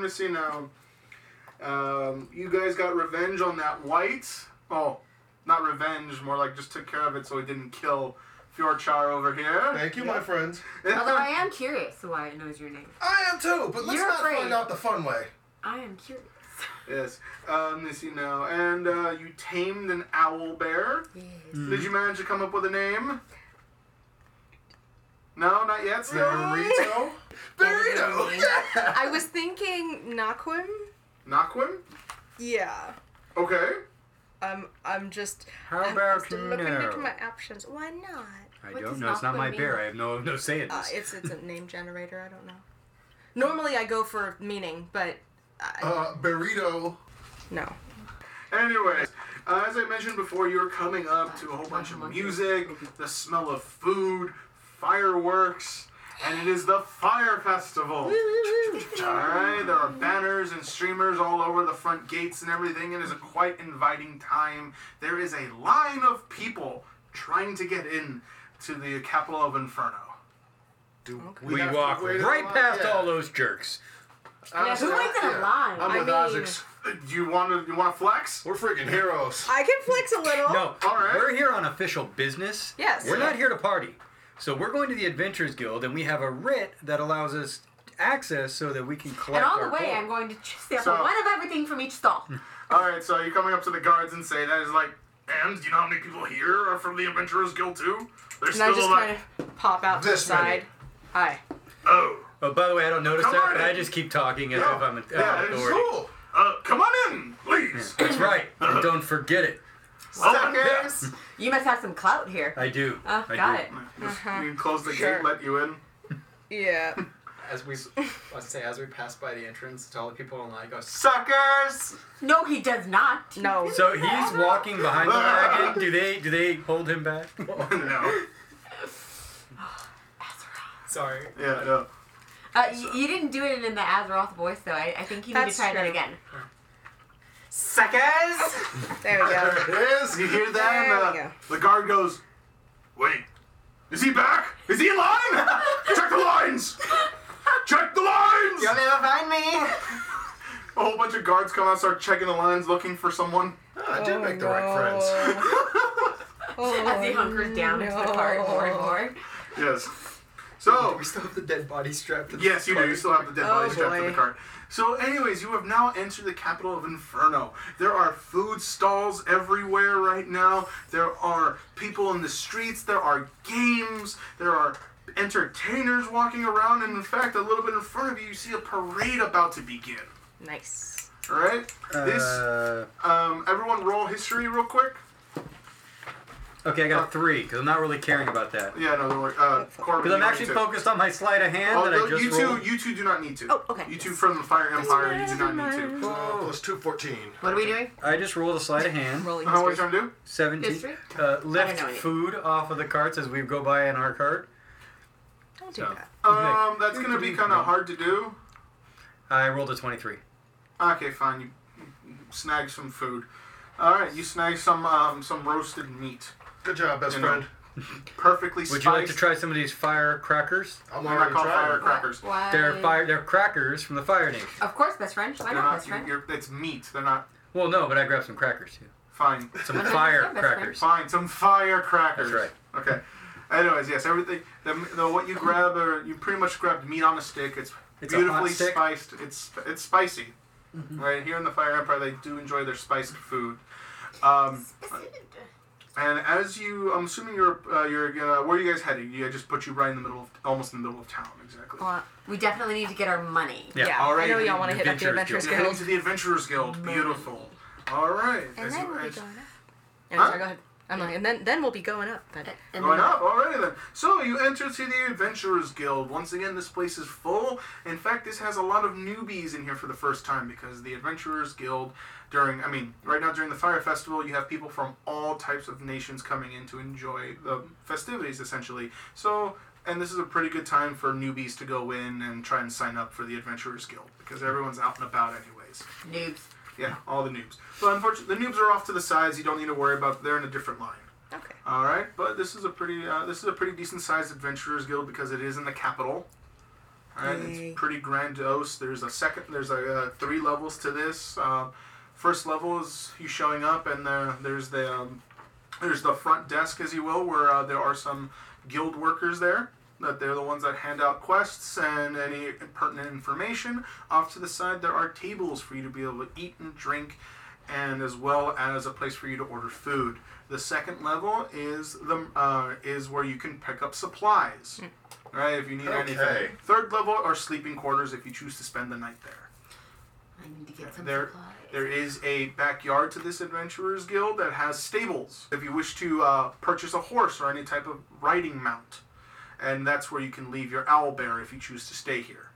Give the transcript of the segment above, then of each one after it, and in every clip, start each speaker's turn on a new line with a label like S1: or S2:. S1: missing out. Um, you guys got revenge on that white. Oh, not revenge, more like just took care of it so it didn't kill Fiorchar over here.
S2: Thank you, my friends.
S3: Although I am curious why it knows your name.
S2: I am too, but let's
S3: You're
S2: not
S3: afraid.
S2: find out the fun way.
S3: I am curious.
S1: yes. Um, let me see now. And uh, you tamed an owl bear.
S3: Yes.
S1: Did you manage to come up with a name? No, not yet.
S2: Burrito. Burrito. Yeah.
S4: I was thinking Naquim.
S1: Naquim?
S4: Yeah.
S1: Okay.
S4: Um, I'm just.
S5: How
S4: I'm
S5: about
S4: just looking
S5: no?
S4: into my options. Why not?
S5: I
S3: What
S5: don't
S3: does
S5: know. It's not
S3: Malcolm
S5: my
S3: mean?
S5: bear. I have no no say in
S4: Uh,
S5: this.
S4: it's it's a name generator. I don't know. Normally I go for meaning, but I,
S2: Uh, burrito.
S4: no.
S1: Anyways, uh, as I mentioned before, you're coming up to a whole bunch of music, the smell of food, fireworks, and it is the Fire Festival. Alright, there are banners and streamers all over the front gates and everything. It is a quite inviting time. There is a line of people trying to get in to the capital of Inferno.
S2: Do
S5: we
S2: have to
S5: walk
S2: wait in
S5: right
S2: line?
S5: past
S2: Yeah.
S5: all those jerks.
S3: Yeah, who waits in a
S2: yeah.
S3: line?
S2: I'm
S4: I
S2: with
S4: mean-
S2: Isaacs.
S1: Uh, Do you want to? You want to flex?
S2: We're freaking heroes.
S4: I can flex a
S6: Oh,
S4: little.
S5: No,
S1: All right.
S5: we're here on official business.
S4: Yes.
S5: We're not here to party. So we're going to the Adventurers Guild, and we have a writ that allows us access so that we can collect
S3: And on
S5: our
S3: the way,
S5: gold.
S3: I'm going to ch- sample
S1: So-
S3: one of everything from each stall.
S1: All right, so you're coming up to the guards and say that is like, and you know how many people here are from the Adventurers Guild too? They're
S4: And I
S1: still
S4: just
S1: alive.
S4: kind of pop out to the
S2: This many.
S4: side. Hi.
S1: Oh,
S5: Oh, by the way, I don't notice
S1: Come
S5: that,
S1: on
S5: but I
S1: in.
S5: just keep talking as
S1: Yeah.
S5: if I'm an
S1: Yeah,
S5: I'm an
S1: it's
S5: authority.
S2: Cool.
S1: uh, come on in, please.
S5: That's right. And don't forget it.
S1: Suckers.
S3: You must have some clout here.
S5: I do.
S3: Oh,
S5: I
S3: got it.
S5: do.
S1: You can close the
S4: Uh-huh. Sure.
S1: gate, let you in.
S4: Yeah.
S6: As we, I say, as we pass by the entrance, to all the people in line, go,
S1: Suckers.
S3: No, he does not.
S4: No.
S5: So he's walking behind the wagon. Do they do they hold him back?
S1: no.
S6: sorry.
S1: Yeah. No.
S3: Uh, you, you didn't do it in the Azeroth voice, though. I, I think you need
S4: That's
S3: to try that
S4: true.
S3: again.
S6: Suckers!
S4: There we go.
S1: There it is. You hear
S4: There
S1: that?
S4: we
S1: And, uh, the guard goes, wait, is he back? Is he in line? Check the lines. Check the lines.
S6: You'll never find me!
S1: A whole bunch of guards come out, start checking the lines, looking for someone.
S2: I
S5: Oh,
S2: did make the right friends.
S4: Oh,
S3: As he hunkers down into the cart more and more.
S1: Yes. So
S6: Oh, We still have the dead body strapped to the
S1: Yes, you do. You still have the dead body
S4: Oh,
S1: strapped to the
S4: boy.
S1: cart. So, anyways, you have now entered the capital of Inferno. There are food stalls everywhere right now. There are people in the streets. There are games. There are entertainers walking around. And in fact, a little bit in front of you, you see a parade about to begin.
S4: Nice.
S1: All right. this
S5: Uh,
S1: um, everyone roll history real quick.
S5: okay, I got a three because I'm not really caring about that.
S1: Yeah, no, don't worry. Uh, Corbin,
S5: Because I'm
S1: you don't need
S5: actually
S1: to.
S5: focused on my sleight of hand that
S1: Although
S5: I just
S1: you
S5: rolled.
S1: two, you two do not need to.
S4: Oh, okay.
S1: You two from the Fire Empire, you do not need to.
S2: Uh, plus 214.
S3: What are we doing?
S5: I just rolled a sleight of hand.
S4: Rolling
S1: How are you
S4: history.
S1: trying to do?
S5: Seventeen.
S3: History?
S5: Uh,
S3: I don't
S5: lift
S3: know any.
S5: food off of the carts as we go by in our cart.
S4: Don't do
S5: So.
S4: that.
S1: Um, that's gonna be kind of hard to do.
S5: I rolled a twenty-three.
S1: Okay, fine. You snag some food. All right, you snag some um, some roasted meat,
S2: Good job, best
S1: You know.
S2: friend.
S1: perfectly
S5: Would
S1: spiced.
S5: you like to try some of these firecrackers?
S2: I'm
S1: They're not
S2: already
S1: called
S2: trying.
S1: firecrackers.
S3: Why?
S5: They're fire. They're crackers from the Fire Nation.
S3: Of course, best friend. Why
S1: They're
S3: not,
S1: not.
S3: best friend?
S1: You're, it's meat. They're not.
S5: Well, no, but I grabbed some crackers too.
S1: Fine.
S3: Okay,
S5: Some
S3: yeah, that's
S5: firecrackers.
S1: Fine. Some firecrackers.
S5: That's
S1: right. Okay. Anyways, yes, everything. The, the, what you grab, or you pretty much grabbed meat on a stick. It's,
S5: It's a hot
S1: beautifully
S5: stick. Mm-hmm.
S1: spiced. It's it's spicy. Right here in the Fire Empire, they do enjoy their spiced food. Um, And as you, I'm assuming you're, uh, you're gonna, where are you guys heading? You I just put you right in the middle of, almost in the middle of town, exactly.
S3: Well, we definitely need to get our money.
S5: Yeah.
S4: Yeah.
S1: All
S4: I
S1: right,
S4: know y'all want to hit up the Adventurers
S5: Adventurers
S1: You're heading
S4: Guild.
S1: to the Adventurers Guild. Beautiful. All right.
S4: And
S1: As
S4: then
S1: you-
S4: we'll be
S1: as-
S4: going up. Yeah,
S1: Huh?
S4: sorry, go ahead. I'm like, and then then we'll be going up. But
S3: And
S1: Going
S3: then-
S1: up, alrighty then. So you enter to the Adventurers Guild. Once again, this place is full. In fact, this has a lot of newbies in here for the first time because the Adventurers Guild, during, I mean, right now during the Fire Festival, you have people from all types of nations coming in to enjoy the festivities, essentially. So, and this is a pretty good time for newbies to go in and try and sign up for the Adventurers Guild because everyone's out and about, anyways.
S3: Noobs.
S1: Yeah, all the noobs. So, unfortunately, the noobs are off to the sides. You don't need to worry about. They're in a different line.
S4: okay.
S1: All right, but this is a pretty uh, this is a pretty decent sized adventurers guild because it is in the capital. and
S4: Yay.
S1: it's pretty grandiose. There's a second, there's a uh, three levels to this. Uh, first level is you showing up, and uh, there's the um, there's the front desk, as you will, where uh, there are some guild workers there. That they're the ones that hand out quests and any pertinent information. Off to the side, there are tables for you to be able to eat and drink, and as well as a place for you to order food. The second level is the uh, is where you can pick up supplies. Right, if you need
S2: Okay.
S1: anything. Third level are sleeping quarters if you choose to spend the night there.
S3: I need to get some
S1: There-
S3: supplies.
S1: There is a backyard to this adventurers guild that has stables. If you wish to uh, purchase a horse or any type of riding mount, and that's where you can leave your owl bear if you choose to stay here.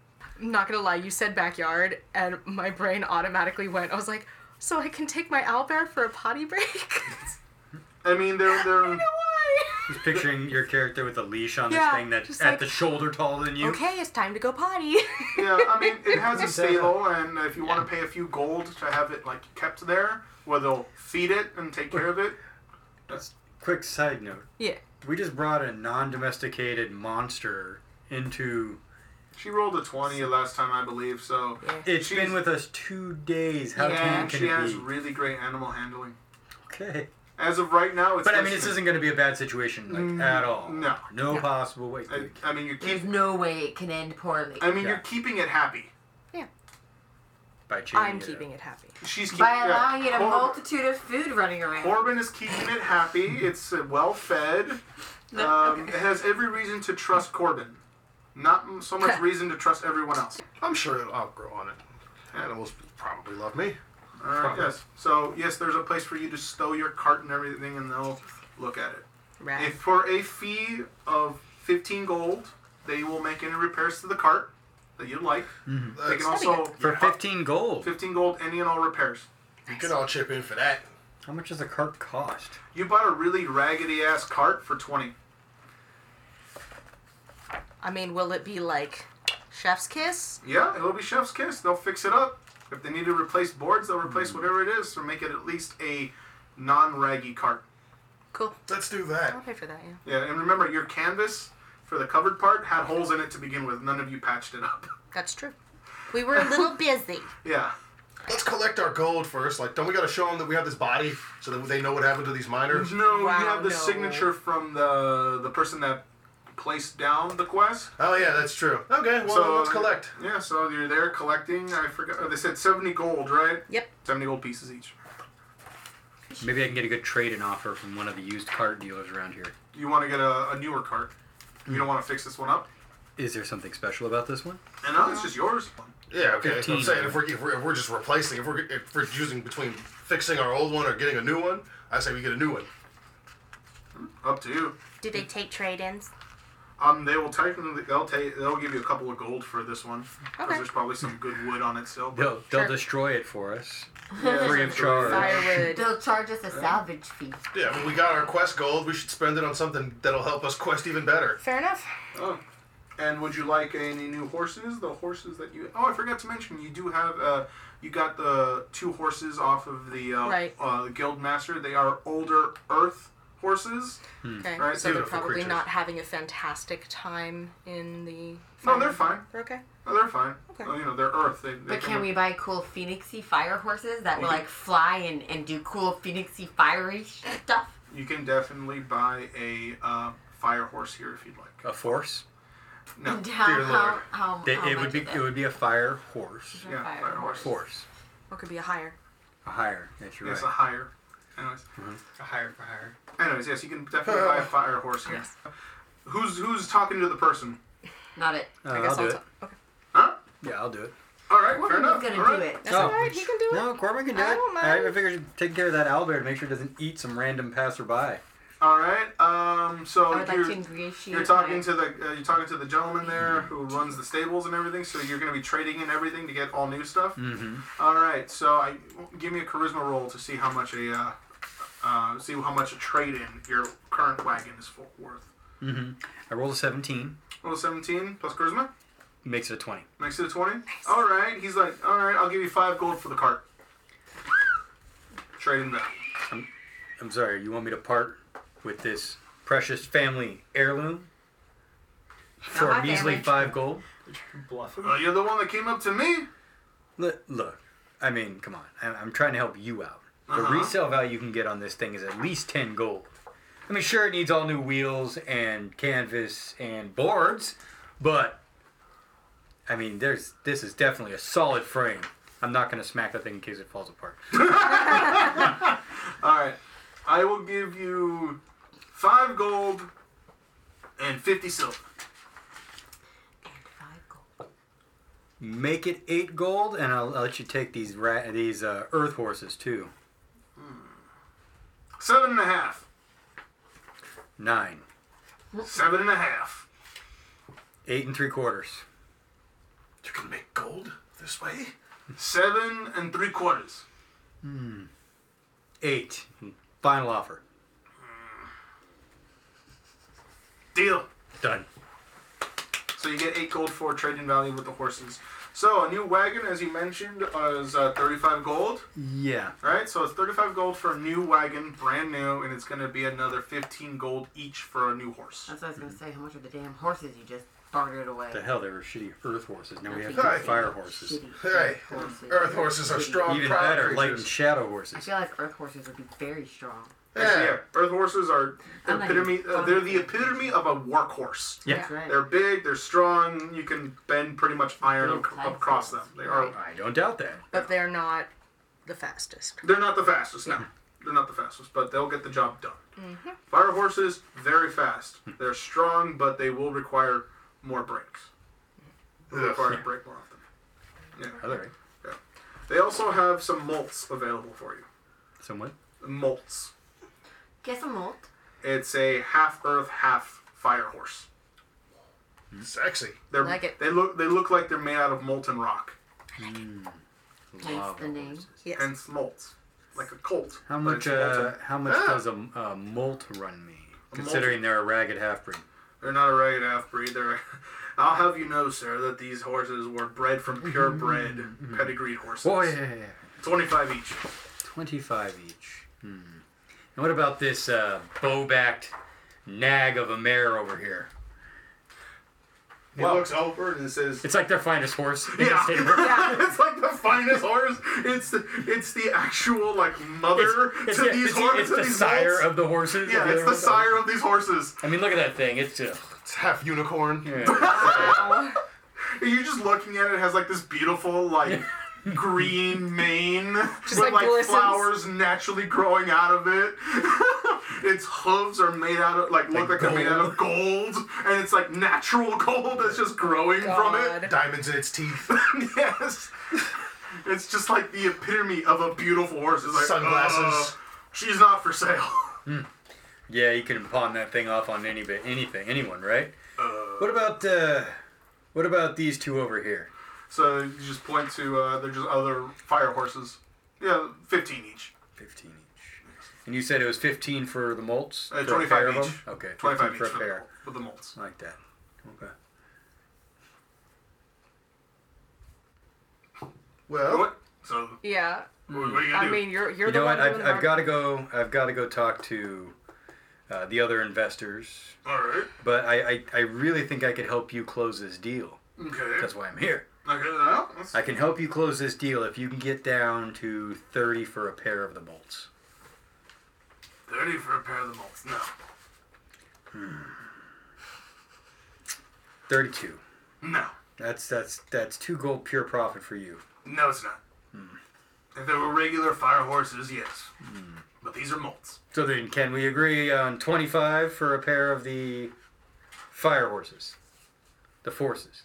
S4: I'm not gonna lie, you said backyard, and my brain automatically went. I was like, so I can take my owlbear for a potty break.
S1: I mean, they're
S4: I don't
S1: they're
S4: know why.
S5: Just picturing your character with a leash on
S4: Yeah,
S5: this thing that's
S4: just
S5: at
S4: like-
S5: the shoulder taller than you.
S4: Okay, it's time to go potty.
S1: yeah. I mean, it has a stable, and if you want to pay a few gold to have it like kept there, where they'll feed it and take care of it.
S5: Quick side note.
S4: Yeah.
S5: We just brought a non-domesticated monster into.
S1: She rolled a twenty last time, I believe. So
S5: It's
S1: She's-
S5: been with us two days. How
S1: yeah,
S5: tame can
S1: she
S5: it
S1: has
S5: be?
S1: really great animal handling.
S5: okay.
S1: As of right now, it's.
S5: But I mean,
S1: less
S5: this
S1: than-
S5: isn't going to be a bad situation like,
S1: Mm,
S5: at all.
S1: no.
S5: No
S4: No.
S5: possible way.
S1: I, I mean, you're
S3: There's
S1: keeping.
S3: no way it can end poorly.
S1: I mean,
S5: Yeah.
S1: you're keeping it happy.
S5: By changing
S4: I'm keeping it happy.
S1: She's keeping.
S3: By allowing it a
S1: Corbin,
S3: multitude of food running around.
S1: Corbin is keeping it happy. It's uh, well fed.
S3: No,
S1: Um,
S3: okay.
S1: It has every reason to trust Corbin. Not m- so much reason to trust everyone else.
S2: I'm sure it'll, I'll grow on it. Animals probably love me.
S1: Uh, yes. So yes, there's a place for you to stow your cart and everything, and they'll look at it.
S4: Right.
S1: If for a fee of 15 gold, they will make any repairs to the cart that you'd like. They can
S2: That's-
S1: also
S5: For
S1: yeah,
S5: 15 gold.
S1: 15 gold any and all repairs.
S2: you can all chip in for that.
S5: How much does a cart cost?
S1: You bought a really raggedy ass cart for 20.
S4: I mean, will it be like chef's kiss?
S1: Yeah, it'll be chef's kiss. They'll fix it up. If they need to replace boards, they'll replace
S2: Hmm.
S1: whatever it is or make it at least a non-raggy cart.
S4: Cool.
S2: Let's do
S4: I'll
S2: that.
S4: pay for that. Yeah.
S1: Yeah, and remember your canvas for the covered part had holes in it to begin with. None of you patched it up.
S4: That's true. We were a little busy.
S1: Yeah.
S2: Let's collect our gold first. Like, don't we gotta show them that we have this body so that they know what happened to these miners?
S1: No,
S4: Wow,
S1: you have the
S4: no.
S1: signature from the the person that placed down the quest.
S2: Oh yeah, that's true. Okay, well
S1: So-
S2: let's collect.
S1: Yeah, so you're there collecting. I forgot. oh, They said 70 gold, right?
S4: Yep.
S1: 70 gold pieces each.
S5: Maybe I can get a good trade-in offer from one of the used cart dealers around here.
S1: You want to get a, a newer cart.
S2: Hmm.
S1: You don't want to fix this one up.
S5: Is there something special about this one?
S1: And now it's just yours.
S2: Yeah, okay. that's
S5: 15.
S2: what I'm saying if we're, if we're if we're just replacing, if we're if we're using between fixing our old one or getting a new one, I say we get a new one.
S1: Up to you.
S4: Do they take trade-ins?
S1: Um, they will technically they'll take they'll give you a couple of gold for this one because
S4: Okay.
S1: there's probably some good wood on it still. But
S5: They'll, they'll
S4: Sure.
S5: destroy it for us.
S1: yeah,
S5: Free of charge.
S4: Firewood.
S3: They'll charge us a salvage fee.
S2: Yeah, I mean, we got our quest gold. We should spend it on something that'll help us quest even better.
S4: Fair enough.
S1: Oh. And would you like any new horses? The horses that you oh I forgot to mention you do have uh you got the two horses off of the uh,
S4: Right.
S1: uh, guild master. They are older Earth horses.
S4: Okay.
S1: Alright,
S4: so they're
S1: beautiful
S4: probably
S1: creatures.
S4: not having a fantastic time in the.
S1: No, they're fine.
S4: They're okay.
S1: No, they're fine.
S4: Okay.
S1: Oh, you know they're Earth. They, they
S3: But can we buy cool phoenixy fire horses that will like fly and, and do cool phoenixy fiery stuff?
S1: You can definitely buy a uh, fire horse here if you'd like.
S5: A force?
S1: No.
S3: And how,
S2: Dear
S3: how,
S2: Lord.
S3: how,
S5: They,
S3: how
S5: it
S3: much
S5: would be
S3: is
S5: it would be a fire horse.
S1: Yeah,
S3: Fire
S1: fire horse.
S5: Force.
S4: Or could be a higher.
S5: A higher. Yes, you're
S1: Yes, a
S5: right. Mm-hmm.
S1: higher. Anyways.
S6: A hire for hire.
S1: Anyways, yes, you can definitely buy a fire horse here. Who's who's talking to the person?
S3: Not it.
S5: Uh, I'll do it.
S4: talk. Okay.
S1: Huh?
S5: Yeah, I'll do it.
S1: All right, fair
S3: Corbin's
S1: enough.
S3: gonna
S1: All right.
S3: do it.
S4: That's
S5: Oh.
S4: alright. He can do it.
S5: No, Corbin can do
S4: I
S5: it.
S4: don't
S5: I, I
S4: mind.
S5: figured you'd take care of that owlbear to make sure it doesn't eat some random passerby.
S1: All right. Um. So
S3: I would like
S1: you're,
S3: to ingratiate.
S1: you're talking
S3: my-
S1: to the uh, you're talking to the gentleman there
S5: Mm-hmm.
S1: who runs the stables and everything. So you're gonna be trading and everything to get all new stuff.
S5: Mm-hmm.
S1: All right. So I give me a charisma roll to see how much a uh, uh, see how much a trade in your current wagon is for, worth.
S5: Mm-hmm. I rolled a 17.
S1: Roll a 17 plus charisma
S5: Makes it a 20.
S1: makes it a 20. All right. He's like, all right, I'll give you five gold for the cart. Trade in that.
S5: I'm sorry, you want me to part with this precious family heirloom for
S3: Not
S5: a
S3: my
S5: measly
S3: family.
S5: five gold?
S6: Bluffing.
S1: Well, Uh, you're the one that came up to me.
S5: Look, look, I mean, come on. I'm, I'm trying to help you out. The
S1: Uh-huh.
S5: resale value you can get on this thing is at least 10 gold. I mean, sure, it needs all new wheels and canvas and boards, but I mean, there's this is definitely a solid frame. I'm not gonna smack that thing in case it falls apart.
S1: All right, I will give you five gold and fifty silver.
S3: And five gold.
S5: Make it eight gold, and I'll, I'll let you take these ra- these uh, earth horses too.
S1: Seven and a half.
S5: Nine,
S1: Seven and a half.
S5: eight and three quarters.
S2: You can make gold this way.
S1: Seven and three quarters.
S5: Eight. Final offer.
S1: Deal.
S5: Done.
S1: So you get eight gold for trading value with the horses. So a new wagon, as you mentioned, is uh, thirty-five gold.
S5: Yeah.
S1: Right, so it's 35 gold for a new wagon, brand new, and it's going to be another 15 gold each for a new horse.
S3: That's what I was gonna say. How much of the damn horses you just bartered away?
S5: The hell, they were shitty earth horses. Now we have
S3: Nothing
S5: to
S2: Right.
S5: do fire
S3: but
S5: horses.
S3: shitty
S2: Right.
S3: horses.
S2: Earth horses are
S3: Shitty.
S2: strong.
S5: Even
S2: proud
S5: better, light and
S2: creatures.
S5: shadow
S3: I
S5: horses.
S3: feel like earth horses would be very strong.
S1: Actually, yeah,
S2: Yeah.
S1: earth horses are
S3: I'm not even
S1: epitome. Uh, they're the epitome of a workhorse.
S5: Yeah.
S3: That's right.
S1: They're big. They're strong. You can bend pretty much iron
S3: They're
S1: ac-
S3: flexible.
S1: across them. They are.
S5: I don't doubt that.
S4: But they're not the fastest.
S1: They're not the fastest. No, they're not the fastest, but they'll get the job done. Fire horses very fast. They're strong, but they will require more brakes. They
S2: Ugh.
S1: require to brake more often.
S5: All right.
S1: They also have some molts available for you.
S5: Somewhat.
S1: Molts.
S3: Get some molt.
S1: It's a half earth, half fire horse.
S2: Sexy.
S1: They're,
S4: Like it.
S1: They look. They look like they're made out of molten rock.
S3: Hence the name.
S4: Yes.
S1: and smolts, like a colt.
S5: How
S1: but it's
S5: much?
S1: molten.
S5: Uh, how much
S2: Ah.
S5: does a, a molt run me? Considering they're a ragged half breed.
S1: They're not a ragged half breed. They're. I'll have you know, sir, that these horses were bred from purebred pedigreed horses.
S5: Oh yeah, yeah, yeah.
S1: Twenty-five each.
S5: Twenty-five each. Hmm. And what about this uh, bow-backed nag of a mare over here?
S2: He Well-
S1: looks over and it says.
S5: It's like their finest horse. in the
S1: Yeah.
S5: state of Vermont.
S1: it's like the finest horse. It's the, it's the actual like mother
S5: It's, it's
S1: to
S5: the,
S1: these
S5: it's the-
S1: horses.
S5: it's the
S1: these
S5: sire
S1: molts.
S5: of the horses. of
S1: Yeah,
S5: other
S1: it's the
S5: horses.
S1: sire of these horses.
S5: I mean, look at that thing. It's uh,
S2: It's half unicorn.
S1: Oh. And You're just looking at it, it has like this beautiful like green mane
S4: Just,
S1: with
S4: like,
S1: like,
S4: glistens.
S1: flowers naturally growing out of it. its hooves are made out of like look like,
S5: Like
S1: they're made out
S5: gold.
S1: of gold, and it's like natural gold that's just growing
S4: God.
S2: Diamonds in its teeth.
S1: from it. yes. It's just like the epitome of a beautiful horse. It's like
S2: Sunglasses.
S1: "Uh, she's not for sale.
S5: yeah, you can pawn that thing off on any bit, anything, anyone, right? what about uh, what about these two over here?
S1: So you just point to uh, they're just other fire horses. Yeah, fifteen each.
S5: Fifteen each. And you said it was fifteen for the molts.
S1: Uh,
S5: for a pair
S1: Twenty-five
S5: of
S1: each.
S5: them? Okay,
S1: Twenty-five each
S5: for
S1: for
S5: a
S1: the,
S5: pair.
S1: for the molts.
S5: Like that. Okay.
S2: Well,
S1: What? So
S4: Yeah.
S1: what are you gonna
S4: I
S1: do?
S4: mean, you're you're
S5: You
S4: the
S5: know
S4: one
S5: what?
S4: who
S5: I've, I've
S4: embarked-
S5: got to go. I've got to go talk to uh, the other investors.
S1: All right.
S5: But I, I, I really think I could help you close this deal.
S1: Okay.
S5: That's why I'm here.
S1: Okay. Well, that's-
S5: I can help you close this deal if you can get down to thirty for a pair of the bolts.
S1: thirty for a pair of the molts. No.
S5: Thirty-two.
S1: No.
S5: That's that's that's two gold pure profit for you.
S1: No, it's not. If they were regular fire horses, yes. But these are molts.
S5: So then, can we agree on twenty-five for a pair of the fire horses, the forces?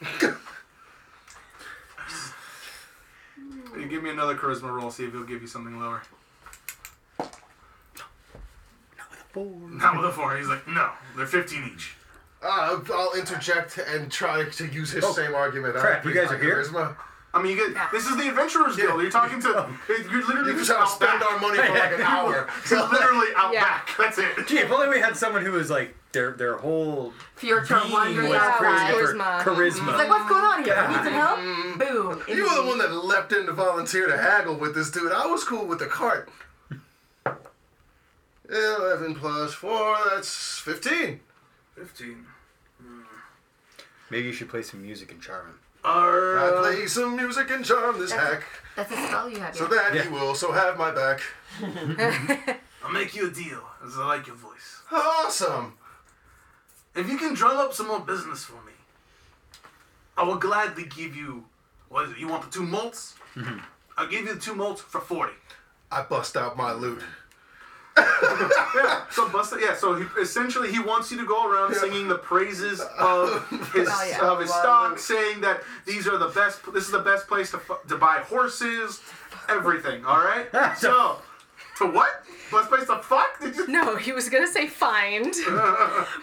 S1: You give me another charisma roll. See if he'll give you something lower. Not with a four. He's like, no. They're fifteen each.
S2: uh, I'll interject and try to use his
S5: Oh,
S2: same argument.
S5: crap,
S2: I
S5: you guys are here?
S2: Charisma.
S1: I mean, you get this is the adventurers guild. You're talking to. You're literally
S2: We're just
S1: just
S2: trying
S1: out
S2: to spend
S1: back.
S2: our money for like an hour.
S1: You're literally out
S4: Yeah.
S1: back. That's it.
S5: Gee, if only we had someone who was like their their whole
S3: Future
S5: being
S3: wonders
S5: was
S4: out
S5: created
S4: loud.
S5: for
S4: Charisma.
S3: It's like,
S5: charisma.
S3: what's going on here? Need some help? Boom.
S2: You were the one that leapt in to volunteer to haggle with this dude. I was cool with the cart. 11 plus 4, that's 15.
S1: Fifteen.
S5: Maybe you should play some music and charm him.
S2: I
S5: Uh,
S1: Arr,
S2: play some music and charm this hack,
S3: That's a spell you have.
S2: so
S3: yeah.
S2: that
S5: Yeah.
S2: he will also have my back.
S1: I'll make you a deal, as I like your voice.
S2: Awesome.
S1: If you can drum up some more business for me, I will gladly give you. What is it? You want the two molts? I'll give you the two molts for forty.
S2: I bust out my loot.
S1: Yeah. So Buster, yeah. So he, essentially, he wants you to go around singing the praises of his
S3: Oh, yeah.
S1: of his
S6: Wow.
S1: stock, saying that these are the best. This is the best place to fu- to buy horses, everything. All right. So, to what? Best place to fuck? Did you?
S4: No, he was gonna say find.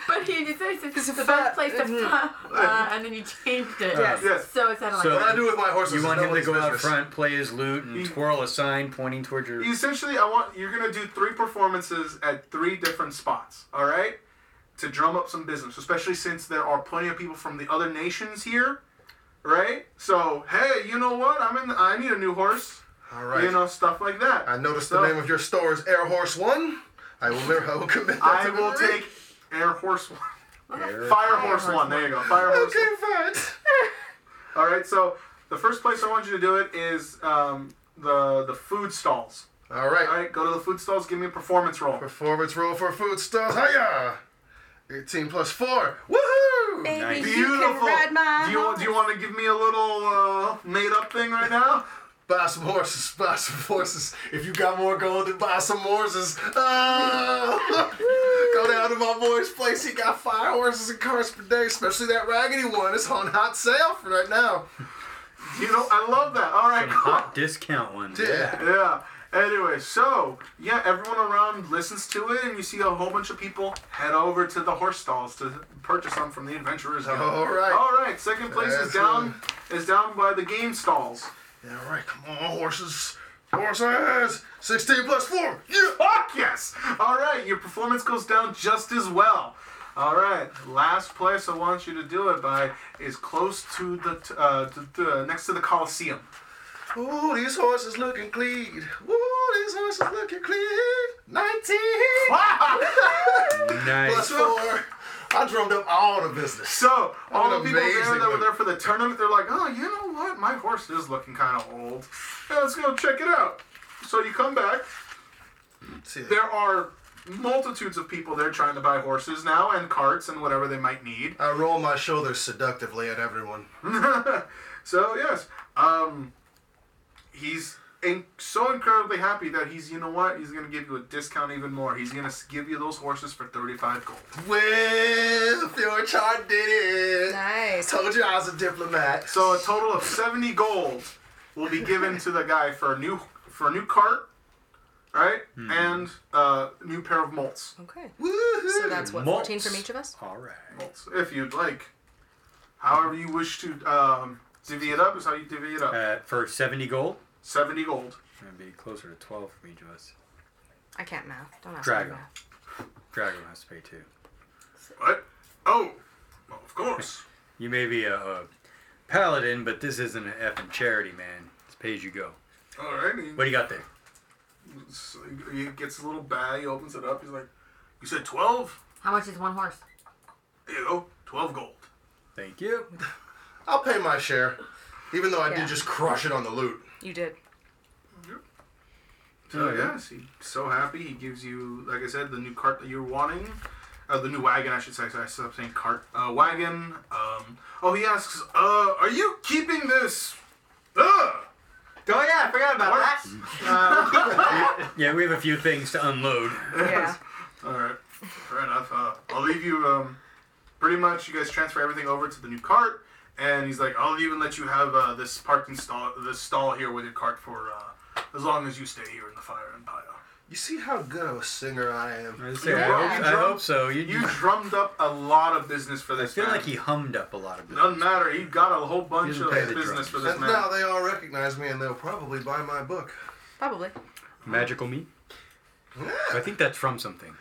S3: But he just says it's
S4: It's
S3: the
S4: a
S3: best
S4: fa-
S3: place to fuck, uh, and then you changed it.
S5: Yes.
S1: Yes.
S3: So it sounded like
S5: So-
S2: What I do with my horses
S5: You
S2: is
S5: want
S2: no
S5: him to
S2: one's
S5: go out
S2: business.
S5: front, play his lute, and
S1: You-
S5: twirl a sign pointing towards your.
S1: Essentially, I want you're gonna do three performances at three different spots. All right. To drum up some business, especially since there are plenty of people from the other nations here, right? So hey, you know what? I'm in. The, I need a new horse.
S2: All right.
S1: You know stuff like that.
S2: I noticed
S1: So-
S2: the name of your store is Air Horse One. I will, I will commit that
S1: I
S2: to
S1: will
S2: memory.
S1: take Air Horse One.
S5: Air-
S1: Fire Horse One. There you go. Fire Horse
S2: Okay, fine.
S1: One. All right. So the first place I want you to do it is um, the the food stalls.
S2: All
S1: All
S2: right.
S1: right. Go to the food stalls. Give me a performance roll.
S2: Performance roll for food stars. Hiya. 18 plus 4. Woohoo!
S5: Nice.
S4: Baby, you can ride my
S1: do you want? Do you want to give me a little uh, made up thing right now?
S2: Buy some horses, buy some horses. If you got more gold, then buy some horses. Oh! Go down to my boy's place. He got five horses and cars per day, especially that raggedy one. It's on hot sale for right now.
S1: You know, I love that. All right.
S5: Some hot discount ones.
S2: Yeah.
S1: Yeah. Anyway, so yeah, everyone around listens to it, and you see a whole bunch of people head over to the horse stalls to purchase them from the adventurers. Guild.
S5: Oh.
S2: All right.
S1: All right. Second place is
S2: That's
S1: down is down by the game stalls.
S2: Yeah, all right. Come on, horses. Horses! 16 plus 4. Yeah!
S1: Fuck yes! All right, your performance goes down just as well. All right, last place I want you to do it by is close to the t- uh, to, to, next to the Coliseum.
S2: Ooh, these horses looking clean. Ooh, these horses looking clean. 19 plus
S5: Nice.
S2: 4. I drummed up all the business.
S1: So all the
S2: an
S1: people there
S2: amazing
S1: that were
S2: move.
S1: there for the tournament, they're like, oh, you know what? My horse is looking kind of old. Yeah, let's go check it out. So you come back. There are multitudes of people there trying to buy horses now and carts and whatever they might need.
S2: I roll my shoulders seductively at everyone.
S1: So yes, um, he's in- so incredibly happy that he's you know what he's gonna give you a discount even more. He's gonna s- give you those horses for thirty five gold.
S2: Well, your chart did it.
S4: Nice.
S2: Told you I was a diplomat.
S1: So a total of seventy gold will be given to the guy for a new for a new cart, right, and uh, new pair of molts.
S4: Okay.
S2: Woohoo.
S4: So that's what,
S5: Malts.
S4: 14 from each of us?
S5: All right.
S1: Molts, if you'd like. However you wish to um, divvy it up is how you divvy it up.
S5: Uh, for 70 gold,
S1: Seventy gold.
S5: it'd be closer to 12 for each of us.
S4: I can't math. Don't ask
S5: Drago.
S4: me math.
S5: Dragon has to pay two.
S1: What? Oh, well, of course.
S5: You may be a, a paladin, but this isn't an effing charity, man. It's pay as you go.
S1: All right.
S5: What do you got there?
S1: So he gets a little bag, he opens it up, he's like, You said 12?
S3: How much is one horse?
S1: There you go, 12 gold.
S5: Thank you.
S2: I'll pay my share. Even though I
S4: Yeah.
S2: did just crush it on the loot.
S4: You did.
S1: So,
S5: Oh, yeah.
S1: yes, he's so happy. He gives you, like I said, the new cart that you're wanting. Uh, the new wagon, I should say. Sorry, I stopped saying cart. Uh, wagon. Um, oh, he asks, uh, Are you keeping this? Ugh! Uh,
S6: Oh yeah, I forgot about that.
S5: Yeah, we have a few things to unload.
S4: Yeah.
S1: Alright, fair enough. Uh, I'll leave you, um, pretty much, you guys transfer everything over to the new cart. And he's like, I'll even let you have uh, this parking stall, this stall here with your cart for uh, as long as you stay here in the Fire Empire.
S2: You see how good of a singer I am.
S5: I, say, I
S1: Yeah.
S5: hope, I hope so. You,
S1: You drummed up a lot of business for
S5: I
S1: this
S5: feel
S1: man.
S5: like he hummed up a lot of business.
S1: Doesn't matter. He got a whole bunch
S5: He doesn't
S1: of
S5: pay the
S1: business
S5: drums.
S1: for this
S2: And
S1: man.
S2: now they all recognize me and they'll probably buy my book.
S4: Probably.
S5: Magical me? I think that's from something.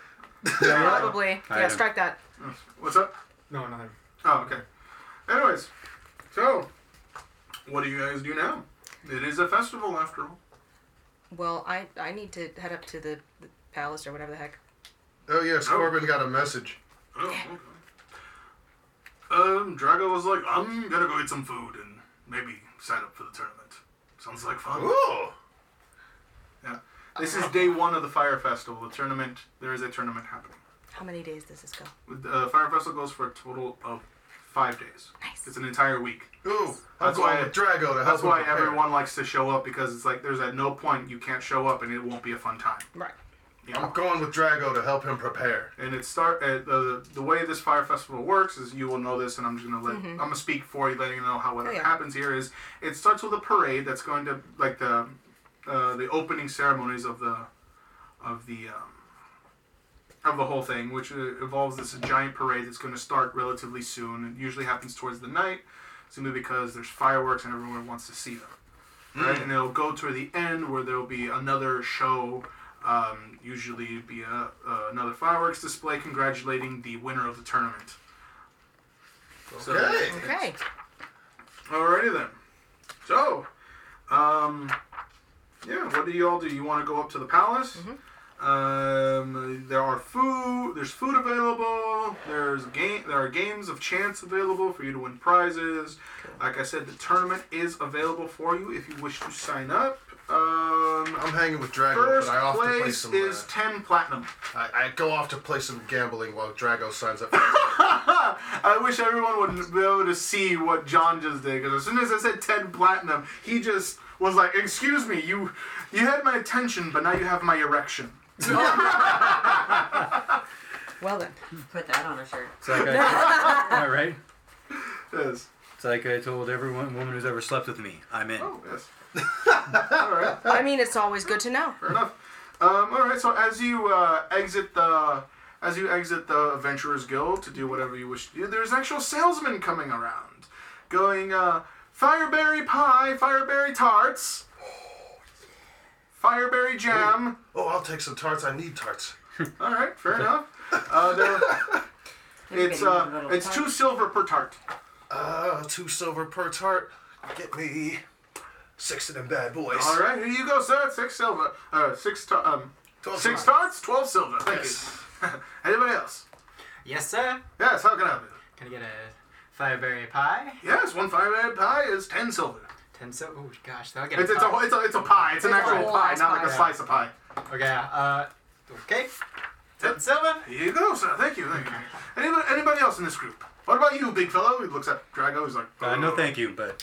S4: Probably.
S5: I
S4: Yeah,
S5: don't-
S4: strike that.
S1: What's up?
S6: No, nothing.
S1: Oh, okay. Anyways, so what do you guys do now? It is a festival after all.
S4: Well, I, I need to head up to the, the palace or whatever the heck.
S2: Oh yes,
S1: Oh.
S2: Corbin got a message.
S1: Oh, okay. Um, Drago was like, I'm gonna go get some food and maybe sign up for the tournament. Sounds like fun.
S2: Ooh.
S1: Yeah. This is day one of the Fire Festival. The tournament, there is a tournament happening.
S4: How many days does this go?
S1: The Fire Festival goes for a total of five days.
S4: Nice.
S1: It's an entire week.
S2: Ooh. I'm
S1: That's
S2: going
S1: why-
S2: with Drago to help
S1: That's
S2: him
S1: why
S2: prepare.
S1: everyone likes to show up because it's like there's at no point you can't show up and it won't be a fun time.
S4: Right.
S1: You know?
S2: I'm going with Drago to help him prepare.
S1: and it start uh, the the way this fire festival works is you will know this, and I'm just gonna let I'm gonna speak for you, letting you know how what
S4: Oh, yeah.
S1: happens here is it starts with a parade that's going to like the uh, the opening ceremonies of the of the um, of the whole thing, which uh, involves this giant parade that's going to start relatively soon. It usually happens towards the night, simply because there's fireworks and everyone wants to see them. Right, and it'll go to the end where there'll be another show. Um, usually, it'd be a, uh, another fireworks display congratulating the winner of the tournament. So-
S2: Okay.
S4: Okay.
S1: Alrighty then. So, um, yeah, what do you all do? You want to go up to the palace? Um, there are food. There's food available. There's game. There are games of chance available for you to win prizes. Like I said, the tournament is available for you if you wish to sign up. Um,
S2: I'm hanging with Drago,
S1: first
S2: but I often play
S1: place
S2: some.
S1: is
S2: uh,
S1: ten platinum.
S2: I, I go off to play some gambling while Drago signs up. For
S1: I wish everyone would be able to see what John just did because as soon as I said ten platinum, he just was like, "Excuse me, you, you had my attention, but now you have my erection."
S4: Well then.
S3: Put that on a shirt.
S5: It's like I, all right.
S1: Yes.
S5: It's like I told every wo- woman who's ever slept with me, I'm in.
S1: Oh, yes. all right.
S4: I mean, it's always good to know.
S1: Fair enough. Um, all right. So as you uh, exit the, as you exit the Adventurers Guild to do whatever you wish to do, there's an actual salesman coming around, going uh, fireberry pie, fireberry tarts, fireberry jam.
S2: oh, I'll take some tarts. I need tarts.
S1: All right, fair enough. Uh, there, it's uh, it's two silver per tart.
S2: Uh, two silver per tart. Get me six of them bad boys.
S1: All right, here you go, sir. Six silver. Uh, six tar- um,
S2: Twelve
S1: six tarts,
S2: tarts.
S1: twelve silver. Thank
S2: Yes.
S1: you. Anybody else?
S6: Yes, sir.
S1: Yes. How can I help you?
S6: Can I get a fireberry pie?
S1: Yes, one fireberry pie is ten silver.
S6: Ten so. Oh gosh, that'll get
S1: It's, it's a whole- it's a it's a pie. It's an
S4: It's a
S1: actual
S4: whole
S1: pie,
S4: ass
S1: not like
S4: pie,
S1: a
S4: yeah.
S1: slice of pie.
S6: a okay. Uh, okay. Ten silver.
S1: Here you go, sir. Thank you. Thank you. Anybody, anybody else in this group? What about you, big fellow? He looks at Drago. He's like,
S5: Uh, no, thank you, but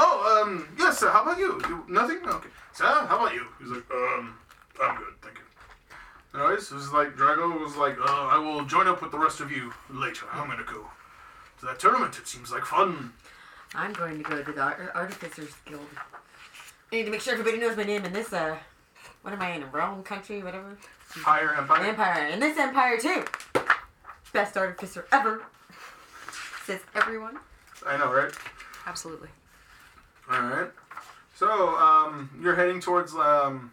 S1: Oh, um, yes, sir. How about you? you nothing? Okay. Sir, how about you? He's like, um, I'm good, thank you. Anyways, it was like, Drago was like, uh, I will join up with the rest of you later. I'm gonna go to that tournament. It seems like fun.
S3: I'm going to go to the Ar- Artificers Guild. I need to make sure everybody knows my name in this, uh, what am I in? Rome country, whatever?
S1: Fire Empire.
S3: Empire. In this empire, too. Best artificer ever. Says everyone.
S1: I know, right?
S4: Absolutely.
S1: Alright. So, um, you're heading towards, um,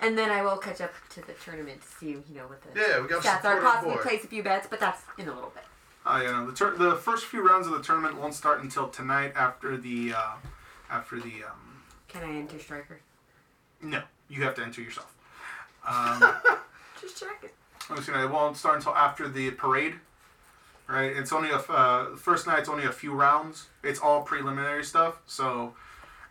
S3: And then I will catch up to the tournament to see, you know, what the
S2: Yeah, we got
S3: stats are.
S2: support on
S3: Possibly
S2: board.
S3: place a few bets, but that's in a little bit.
S1: I don't uh, know, the, tur- the first few rounds of the tournament won't start until tonight after the, uh, after the, um,
S3: Can I enter striker?
S1: no, you have to enter yourself. Um,
S3: Just check it.
S1: I'm just gonna. It won't start until after the parade, right? It's only a f- uh, first night's only a few rounds. It's all preliminary stuff, so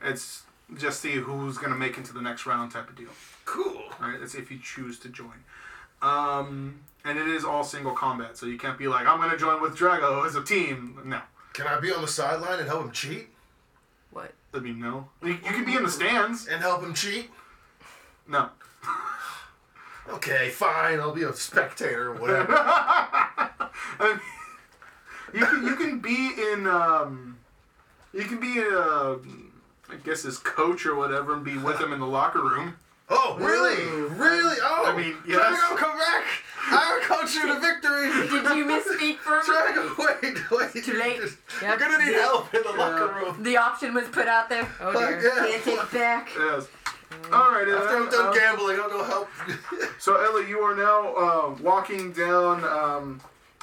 S1: it's just see who's gonna make into the next round type of deal.
S2: Cool.
S1: Right? It's if you choose to join. Um, and it is all single combat, so you can't be like, I'm gonna join with Drago as a team. No,
S2: Can I be on the sideline and help him cheat?
S4: What?
S1: I mean no. You, you can be in the stands.
S2: And help him cheat?
S1: No.
S2: Okay, fine. I'll be a spectator or whatever.
S1: I mean, you can you can be in um, you can be uh, I guess his coach or whatever and be with him in the locker room.
S2: oh, really? Really? Oh,
S1: I mean, yes.
S2: Drago, come back. I'll coach you to victory.
S3: Did you misspeak for me?
S2: Drago, wait, wait.
S3: Too late.
S2: You're gonna need help in the locker room.
S3: The option was put out there.
S4: Oh
S2: Fuck
S4: dear.
S3: Can't take
S2: yeah.
S3: it back.
S1: Yes. All right.
S2: After I'm done
S1: uh,
S2: gambling, I'll go help.
S1: so Ella, you are now uh, walking down. Um,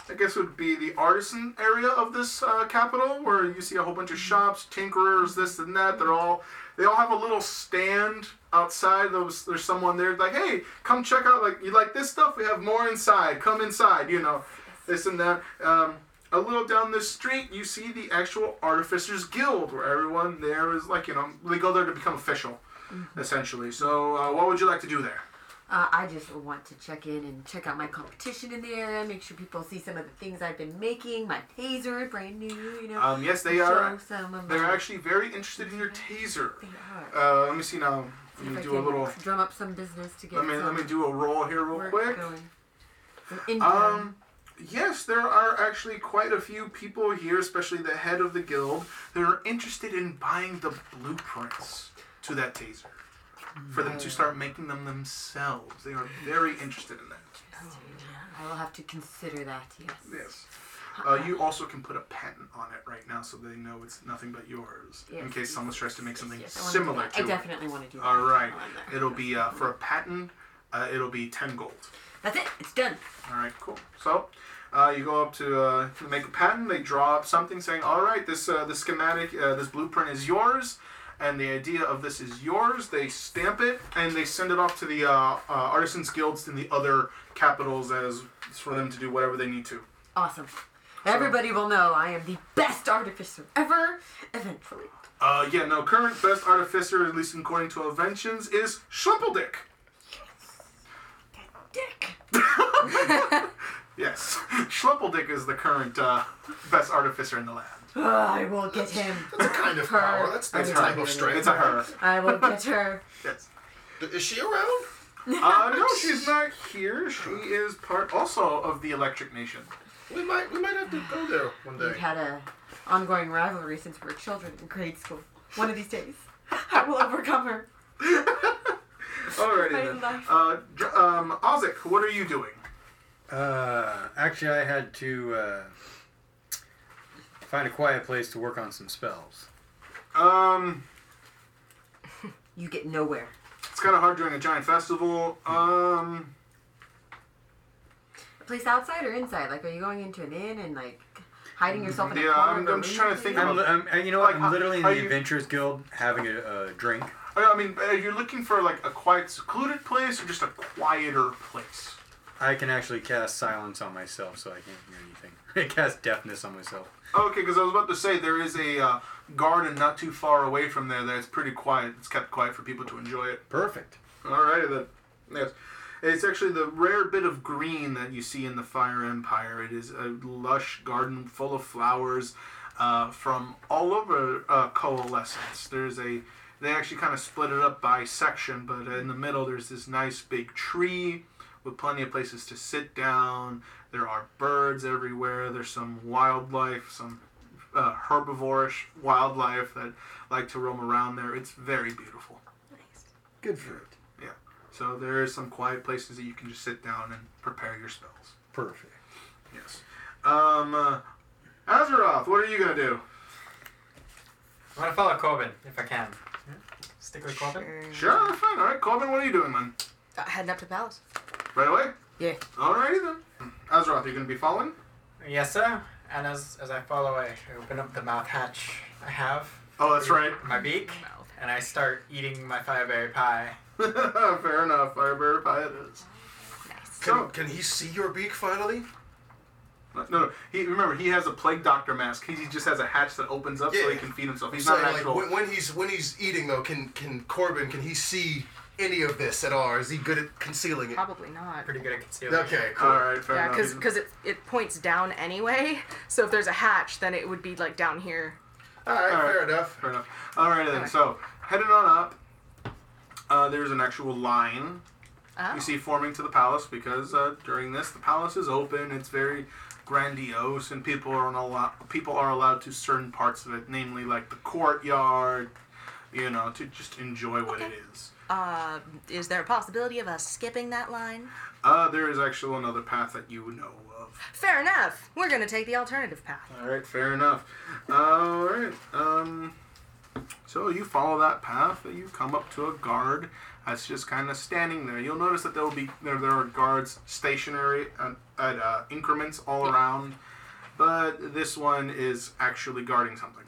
S1: I guess would be the artisan area of this uh, capital, where you see a whole bunch of shops, tinkerers, this and that. They're all they all have a little stand outside. There's there's someone there like, hey, come check out like you like this stuff. We have more inside. Come inside. You know. this and that. Um, a little down the street, you see the actual Artificers Guild, where everyone there is like, you know, they go there to become official, essentially. So, uh, what would you like to do there?
S3: Uh, I just want to check in and check out my competition in there, make sure people see some of the things I've been making, my taser, brand new, you know.
S1: Um, yes, they
S3: show
S1: are.
S3: Some of
S1: They're
S3: my-
S1: actually very interested in your taser.
S3: They are.
S1: Uh, let me see now. Let
S3: If
S1: me
S3: I
S1: do a
S3: can
S1: little.
S3: drum up some business to get
S1: Let me
S3: some
S1: let me do a roll here real
S3: work
S1: quick.
S3: going. Some income.
S1: Um, yes, there are actually quite a few people here, especially the head of the guild, that are interested in buying the blueprints to that taser for them to start making them themselves. They are very interested in that.
S3: I will have to consider that, yes.
S1: Yes. Uh, you also can put a patent on it right now, so they know it's nothing but yours. in
S3: Yes,
S1: case
S3: yes,
S1: someone tries to make
S3: yes,
S1: something
S3: yes, I wanna do
S1: similar
S3: that.
S1: to
S3: I
S1: it.
S3: definitely want to do that.
S1: All right.
S3: while I'm there.
S1: It'll be uh, for a patent. Uh, it'll be ten gold.
S3: That's it. It's done.
S1: All right, cool. So, uh, you go up to uh, to make a patent. They draw up something saying, "All right, this uh, this schematic, uh, this blueprint is yours, and the idea of this is yours." They stamp it and they send it off to the uh, uh, artisans guilds in the other capitals as for them to do whatever they need to.
S3: Awesome. Everybody will know I am the best artificer ever, eventually.
S1: Uh, yeah, no. Current best artificer, at least according to inventions, is Schlumpeldick.
S3: Dick.
S1: Yes, Schlumpeldick is the current uh, best artificer in the land.
S3: Ugh, Ah, I will get him.
S2: That's a kind of power. That's
S1: It's
S2: the type
S1: her.
S2: of strength.
S1: It's a her.
S3: I will get her.
S1: Yes.
S2: Is she around?
S1: Uh, no, she's not here. She is part also of the Electric Nation.
S2: We might we might have to go there one
S3: We've
S2: day.
S3: had a ongoing rivalry since we were children in grade school. One of these days, I will overcome her.
S1: Alrighty
S3: I
S1: then.
S3: love-
S1: Uh, J- um, Ozic, what are you doing?
S5: Uh, actually, I had to uh, find a quiet place to work on some spells.
S1: Um,
S3: You get nowhere.
S1: it's kind of hard during a giant festival. Um,
S3: A place outside or inside? Like, are you going into an inn and like hiding yourself in a
S1: Yeah,
S3: corner?
S1: I'm-
S3: of a
S1: I'm just
S3: room
S1: trying to
S3: place?
S1: think
S5: I'm, I'm, uh, you know,
S1: Like,
S5: I'm literally in
S1: are
S5: the
S1: you-
S5: Adventurers Guild having a, a drink.
S1: I I mean, are you looking for like a quiet, secluded place, or just a quieter place?
S5: I can actually cast silence on myself, so I can't hear anything. I cast deafness on myself.
S1: Okay, because I was about to say there is a uh, garden not too far away from there that's pretty quiet. It's kept quiet for people to enjoy it.
S5: Perfect.
S1: Alrighty then. Yes. It's actually the rare bit of green that you see in the Fire Empire. It is a lush garden full of flowers uh, from all over uh, Coalescence. There's a they actually kind of split it up by section, but in the middle there's this nice big tree with plenty of places to sit down. There are birds everywhere. There's some wildlife, some uh, herbivorish wildlife that like to roam around there. It's very beautiful.
S5: Good for it.
S1: So there is some quiet places that you can just sit down and prepare your spells.
S5: Perfect.
S1: Yes. Um, uh, Azeroth, what are you gonna do?
S6: I'm gonna follow Corbin if I can. Stick with Corbin.
S4: Mm.
S1: Sure, fine. All right, Corbin, what are you doing then?
S4: Uh, heading up to Palace.
S1: Right away.
S4: Yeah.
S1: Alrighty then. Azeroth, you're gonna be following.
S6: Yes, sir. And as as I follow, I open up the mouth hatch I have
S1: Oh, that's right.
S6: my beak, and I start eating my fireberry pie.
S1: Fair enough. Firebear pie it is.
S4: Nice.
S3: Oh.
S2: Can, can he see your beak finally?
S1: No, no. He remember he has a plague doctor mask. He just has a hatch that opens up so he
S2: Yeah.
S1: can feed himself. He's
S2: So,
S1: not an
S2: like,
S1: actual.
S2: when, when he's when he's eating though, can can Corbin can he see any of this at all? Is he good at concealing it?
S4: Probably not.
S6: Pretty good at concealing.
S2: Okay, cool.
S1: All right, fair
S4: Yeah,
S1: enough.
S4: because
S1: He's-
S4: it, it points down anyway. So if there's a hatch, then it would be like down here.
S2: All right,
S1: All right.
S2: fair enough.
S1: Fair enough. All right then.
S4: Okay.
S1: So headed on up. Uh, there's an actual line
S4: Oh.
S1: you see forming to the palace because uh, during this the palace is open. It's very grandiose, and people are allowed people are allowed to certain parts of it, namely like the courtyard. You know, to just enjoy what it is.
S4: Uh, is there a possibility of us skipping that line?
S1: Uh, there is actually another path that you know of.
S4: Fair enough. We're gonna take the alternative path.
S1: All right, fair enough. All right. Um, so you follow that path, and you come up to a guard that's just kind of standing there. You'll notice that there will be there, there are guards stationary at, at uh, increments all around, but this one is actually guarding something.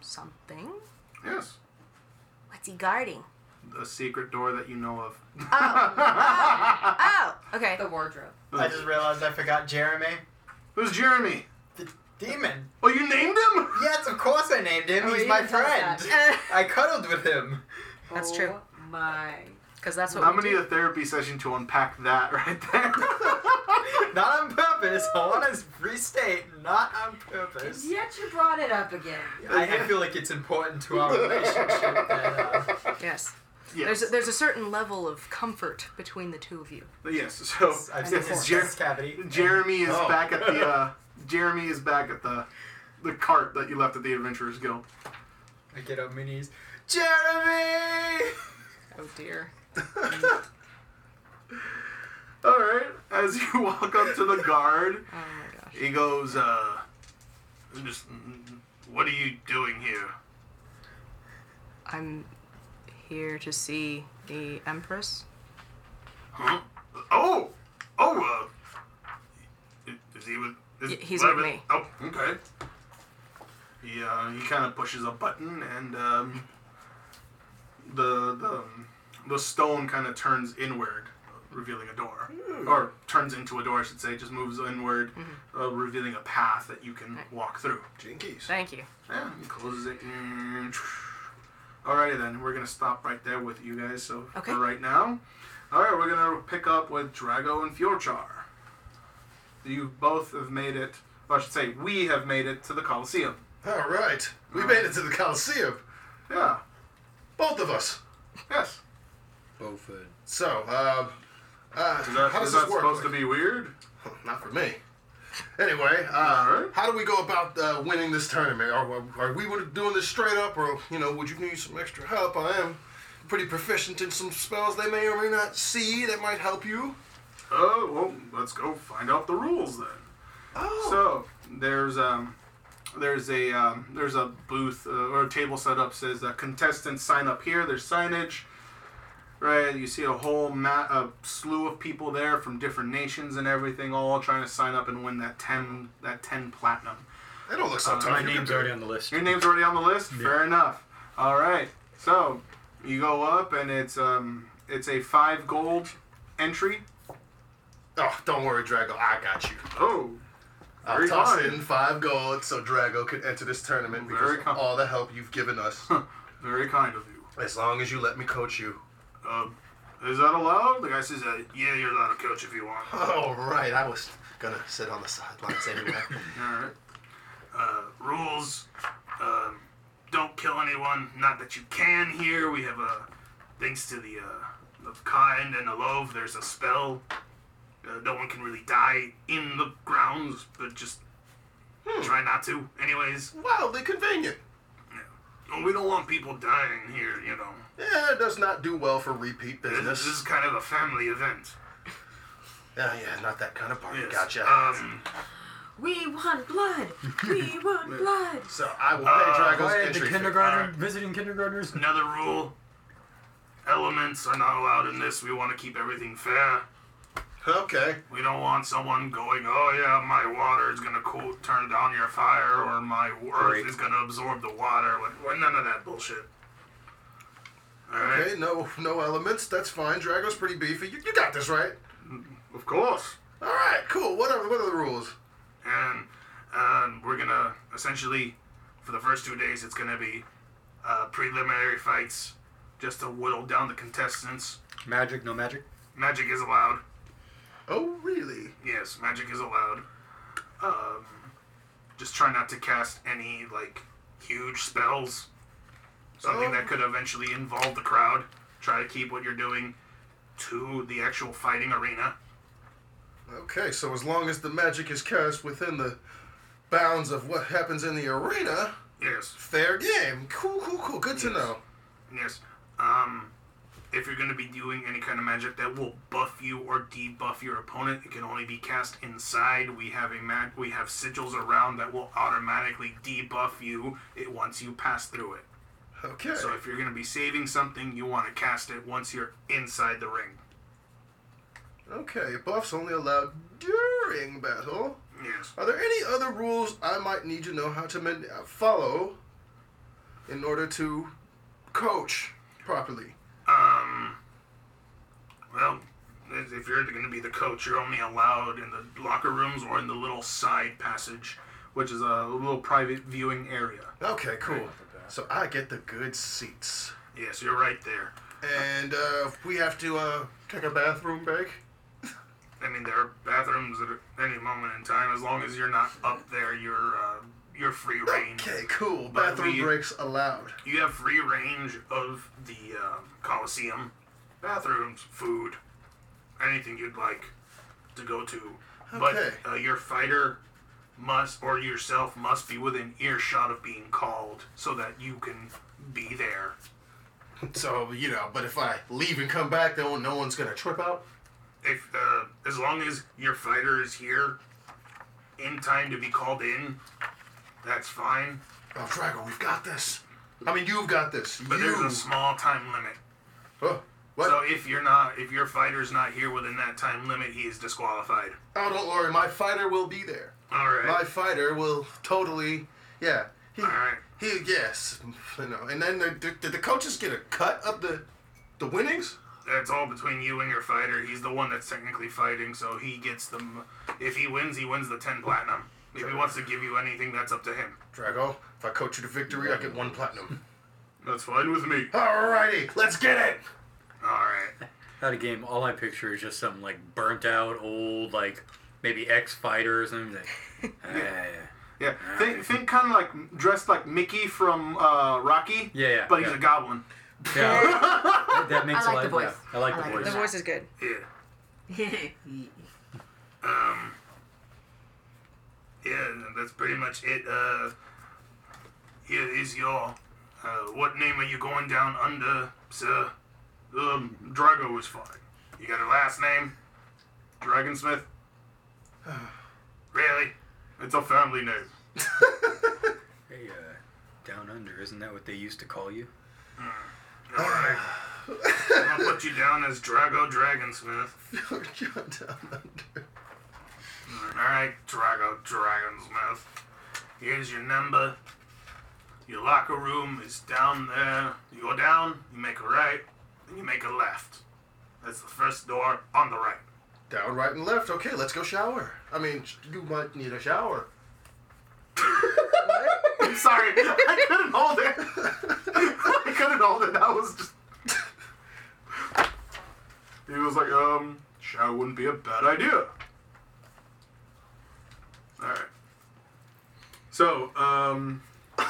S4: Something.
S1: Yes,
S4: What's he guarding?
S1: a secret door that you know of.
S4: Oh. oh. Okay.
S3: The wardrobe.
S4: Oh.
S6: I just realized I forgot Jeremy.
S1: Who's Jeremy?
S6: The demon.
S1: Oh, you named him?
S6: Yes, of course I named him.
S4: Oh,
S6: He's
S4: you
S6: my
S4: didn't tell
S6: friend.
S4: us that.
S6: I cuddled with him.
S4: That's true.
S3: Oh my.
S4: Because that's what
S1: I'm
S4: we
S1: gonna need
S4: do.
S1: a therapy session to unpack that right there.
S6: Not on purpose. I want to restate, not on purpose.
S3: Yet you brought it up again.
S6: I, I feel like it's important to our relationship. That, uh,
S4: Yes.
S1: yes.
S4: There's a, there's a certain level of comfort between the two of you.
S1: yes. So
S6: I've
S1: yes,
S6: seen his
S1: Jer-
S6: chest cavity.
S1: Jeremy is
S2: Oh.
S1: back at the. Uh, Jeremy is back at the, the cart that you left at the Adventurers Guild.
S6: I get on my knees. Jeremy!
S4: Oh dear.
S1: All right. As you walk up to the guard,
S4: Oh my gosh.
S1: he goes, uh, "Just what are you doing here?"
S4: I'm here to see the Empress.
S1: Huh? Oh, oh. Uh, is he with? Is,
S4: Y- he's
S1: what
S4: with
S1: happened-
S4: me.
S1: Oh, okay. He uh, he kind of pushes a button, and um, the the um, the stone kind of turns inward, revealing a door, or turns into a door, I should say. Just moves inward,
S4: Mm-hmm.
S1: uh, revealing a path that you can walk through.
S2: Jinkies.
S4: Thank you.
S1: Yeah, he closes it. And... Alrighty then, we're gonna stop right there with you guys. So
S4: Okay.
S1: for right now, all right, we're gonna pick up with Drago and Fjorchar. You both have made it. Well, I should say we have made it to the Coliseum.
S2: All right. We made it to the Coliseum.
S1: Yeah.
S2: Both of us.
S1: Yes.
S5: Boford.
S2: So, um, uh,
S1: Is that,
S2: how does
S1: is
S2: this
S1: that
S2: work?
S1: supposed to be weird?
S2: Not for me. Anyway, uh,
S1: Alright.
S2: how do we go about uh, winning this tournament? Are, are we doing this straight up, or you know, would you need some extra help? I am pretty proficient in some spells they may or may not see that might help you.
S1: Oh well, let's go find out the rules then.
S2: Oh,
S1: So there's um there's a um, there's a booth uh, or a table set up says uh, contestants sign up here. There's signage, right? You see a whole ma- a slew of people there from different nations and everything, all trying to sign up and win that ten that ten platinum.
S2: they don't look so tough.
S5: Uh, My
S2: You can
S5: name's
S2: do
S5: already
S2: it.
S5: on the list.
S1: Your name's already on the list. Fair enough. All right. So you go up and it's um it's a five gold entry.
S2: Oh, don't worry, Drago. I got you.
S1: Oh,
S2: I'll
S1: Very
S2: toss
S1: fine.
S2: in five gold so Drago can enter this tournament because
S1: Very
S2: of
S1: com-
S2: all the help you've given us.
S1: very kind of you.
S2: as long as you let me coach you.
S1: Um, is that allowed? The guy says, uh, "Yeah, you're allowed to coach if you want."
S2: All right, I was gonna sit on the sidelines anyway.
S1: Alright. Uh, rules. Um, don't kill anyone. Not that you can here. We have a. Thanks to the, uh, the kind and the love, there's a spell. Uh, no one can really die in the grounds, but just
S2: Hmm.
S1: try not to, anyways.
S2: Wildly convenient.
S1: Well, we don't want people dying here, you know.
S2: Yeah, it does not do well for repeat
S1: This,
S2: business.
S1: this is kind of a family event.
S2: Yeah, yeah, not that kind of party.
S1: Yes.
S2: Gotcha.
S1: Um,
S3: We want blood. We want blood.
S2: so I will pay
S1: uh,
S2: Drago's
S5: Why are
S2: entry
S5: the
S2: fee.
S5: kindergarten visiting kindergartners?
S1: Another rule elements are not allowed in this. We want to keep everything fair.
S2: Okay.
S1: We don't want someone going, oh yeah, my water is going to cool, turn down your fire, or my earth
S5: Great.
S1: is going to absorb the water. Like, well, none of that bullshit. Alright?
S2: Okay, no, no elements. That's fine. Drago's pretty beefy. You, you got this, right?
S1: Of course.
S2: All right, cool. What are what are the rules?
S1: And um, we're going to essentially, for the first two days, it's going to be uh, preliminary fights just to whittle down the contestants.
S5: Magic, no magic.
S1: Magic is allowed.
S2: Oh, really?
S1: Yes, magic is allowed. Um, just try not to cast any like huge spells. Something
S2: Oh.
S1: that could eventually involve the crowd. Try to keep what you're doing to the actual fighting arena.
S2: Okay, so as long as the magic is cast within the bounds of what happens in the arena,
S1: Yes,
S2: fair game. Cool, cool, cool. Good to know.
S1: yes. Um, if you're going to be doing any kind of magic that will buff you or debuff your opponent, it can only be cast inside. We have a mag- we have sigils around that will automatically debuff you it once you pass through it.
S2: Okay.
S1: So if you're going to be saving something, you want to cast it once you're inside the ring.
S2: Okay, buffs only allowed during battle.
S1: Yes.
S2: Are there any other rules I might need to know how to men- uh, follow in order to coach properly?
S1: Um. Well, if you're going to be the coach, you're only allowed in the locker rooms or in the little side passage, which is a little private viewing area.
S2: Okay, cool. So I get the good seats.
S1: Yes, you're right there.
S2: And uh, we have to uh, take a bathroom break.
S1: I mean, there are bathrooms at any moment in time. As long as you're not up there, you're uh, you're free range.
S2: Okay, cool.
S1: But
S2: Bathroom
S1: we-
S2: breaks allowed.
S1: You have free range of the um, Coliseum, bathrooms, food, anything you'd like to go to.
S2: Okay.
S1: But uh, your fighter must, or yourself, must be within earshot of being called so that you can be there.
S2: So you know, but if I leave and come back, then no one's gonna trip out.
S1: If uh, as long as your fighter is here in time to be called in, that's fine.
S2: Oh, Drago, we've got this. I mean, you've got this.
S1: But
S2: you.
S1: there's a small time limit.
S2: Oh, what?
S1: So if you're not, if your fighter's not here within that time limit, he is disqualified.
S2: oh, don't worry. My fighter will be there.
S1: All right.
S2: My fighter will totally. Yeah. He,
S1: All right.
S2: he yes. You know. And then the, the, did the coaches get a cut of the the winnings?
S1: That's all between you and your fighter. He's the one that's technically fighting, so he gets them. If he wins, he wins the ten platinum. If he wants to give you anything, that's up to him.
S2: Drago, if I coach you to victory, I get one platinum.
S1: That's fine with me. All
S2: Alrighty, let's get it.
S1: right.
S5: Out of game, all I picture is just something like burnt out, old, like maybe ex fighter or something. Like, ah, yeah,
S1: Yeah. Think, think kind of like dressed like Mickey from uh, Rocky.
S5: Yeah, yeah,
S1: But he's
S5: yeah.
S1: a goblin.
S5: yeah. That- that makes
S3: I like
S5: a lot
S3: the
S5: of
S3: voice.
S5: yeah, I like
S3: I
S5: the
S3: like
S5: voice.
S4: The voice is good.
S1: Yeah. Um, yeah, that's pretty much it. Uh, here is your. Uh, what name are you going down under, sir? Um, Drago is fine. You got a last name? Dragonsmith? really? It's a family name.
S5: Hey, uh, down under, isn't that what they used to call you?
S1: Alright. I'll put you down as Drago Dragonsmith.
S2: John down under.
S1: Alright, Drago Dragonsmouth. Here's your number. Your locker room is down there. You go down, you make a right, and you make a left. That's the first door on the right.
S2: Down, right, and left. Okay, let's go shower. I mean, you might need a shower.
S1: I'm sorry, I couldn't hold it. I couldn't hold it. That was just. He was like, um, shower wouldn't be a bad idea. Alright. So, um.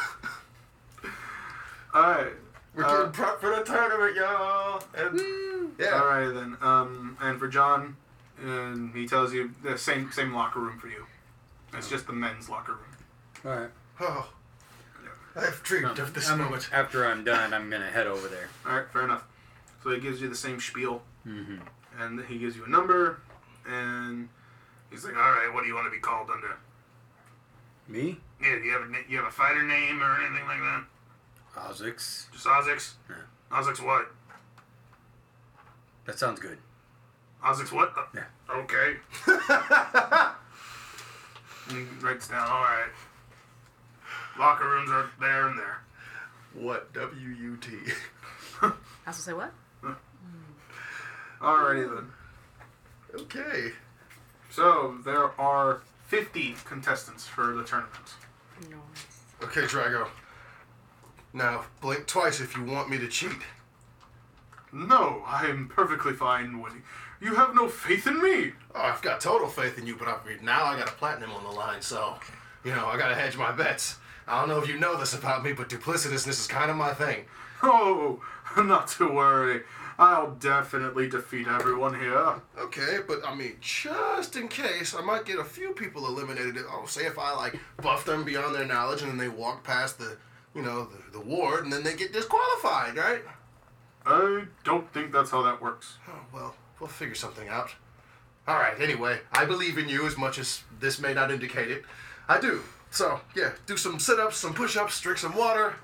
S1: Alright.
S2: We're
S1: Uh,
S2: getting prep for the tournament, y'all. And
S5: Mm.
S2: yeah,
S1: All right then. Um, and for John, and he tells you the same same locker room for you. It's just the men's locker room.
S5: All right.
S2: Oh, I've dreamed of this
S5: I'm-
S2: moment.
S5: After I'm done, I'm gonna head over there.
S1: All right, fair enough. So he gives you the same spiel,
S5: Mm-hmm.
S1: and he gives you a number, and he's like, "All right, what do you want to be called under?
S5: Me,
S1: Yeah, do you have a na- you have a fighter name or anything like that?
S5: Uh, Ozix.
S1: Just Ozix.
S5: Yeah.
S1: Ozix what?
S5: That sounds good.
S1: Ozix what? Uh,
S5: Yeah.
S1: Okay. And he writes down. All right. Locker rooms are there and there.
S2: What W U T?
S4: I was gonna say what?
S1: Alrighty then.
S2: Okay.
S1: So there are 50 contestants for the tournament.
S4: No.
S2: Okay, Drago. Now blink twice if you want me to cheat.
S1: No, I am perfectly fine winning. You have no faith in me.
S2: Oh, I've got total faith in you, but I've, now I got a platinum on the line, so you know I gotta hedge my bets. I don't know if you know this about me, but duplicitousness is kind of my thing.
S1: Oh, not to worry. I'll definitely defeat everyone here.
S2: Okay, but I mean, just in case, I might get a few people eliminated. Oh, say if I like buff them beyond their knowledge, and then they walk past the, you know, the, the ward, and then they get disqualified, right?
S1: I don't think that's how that works.
S2: Oh well, we'll figure something out. All right. Anyway, I believe in you as much as this may not indicate it. I do. So yeah, do some sit-ups, some push-ups, drink some water,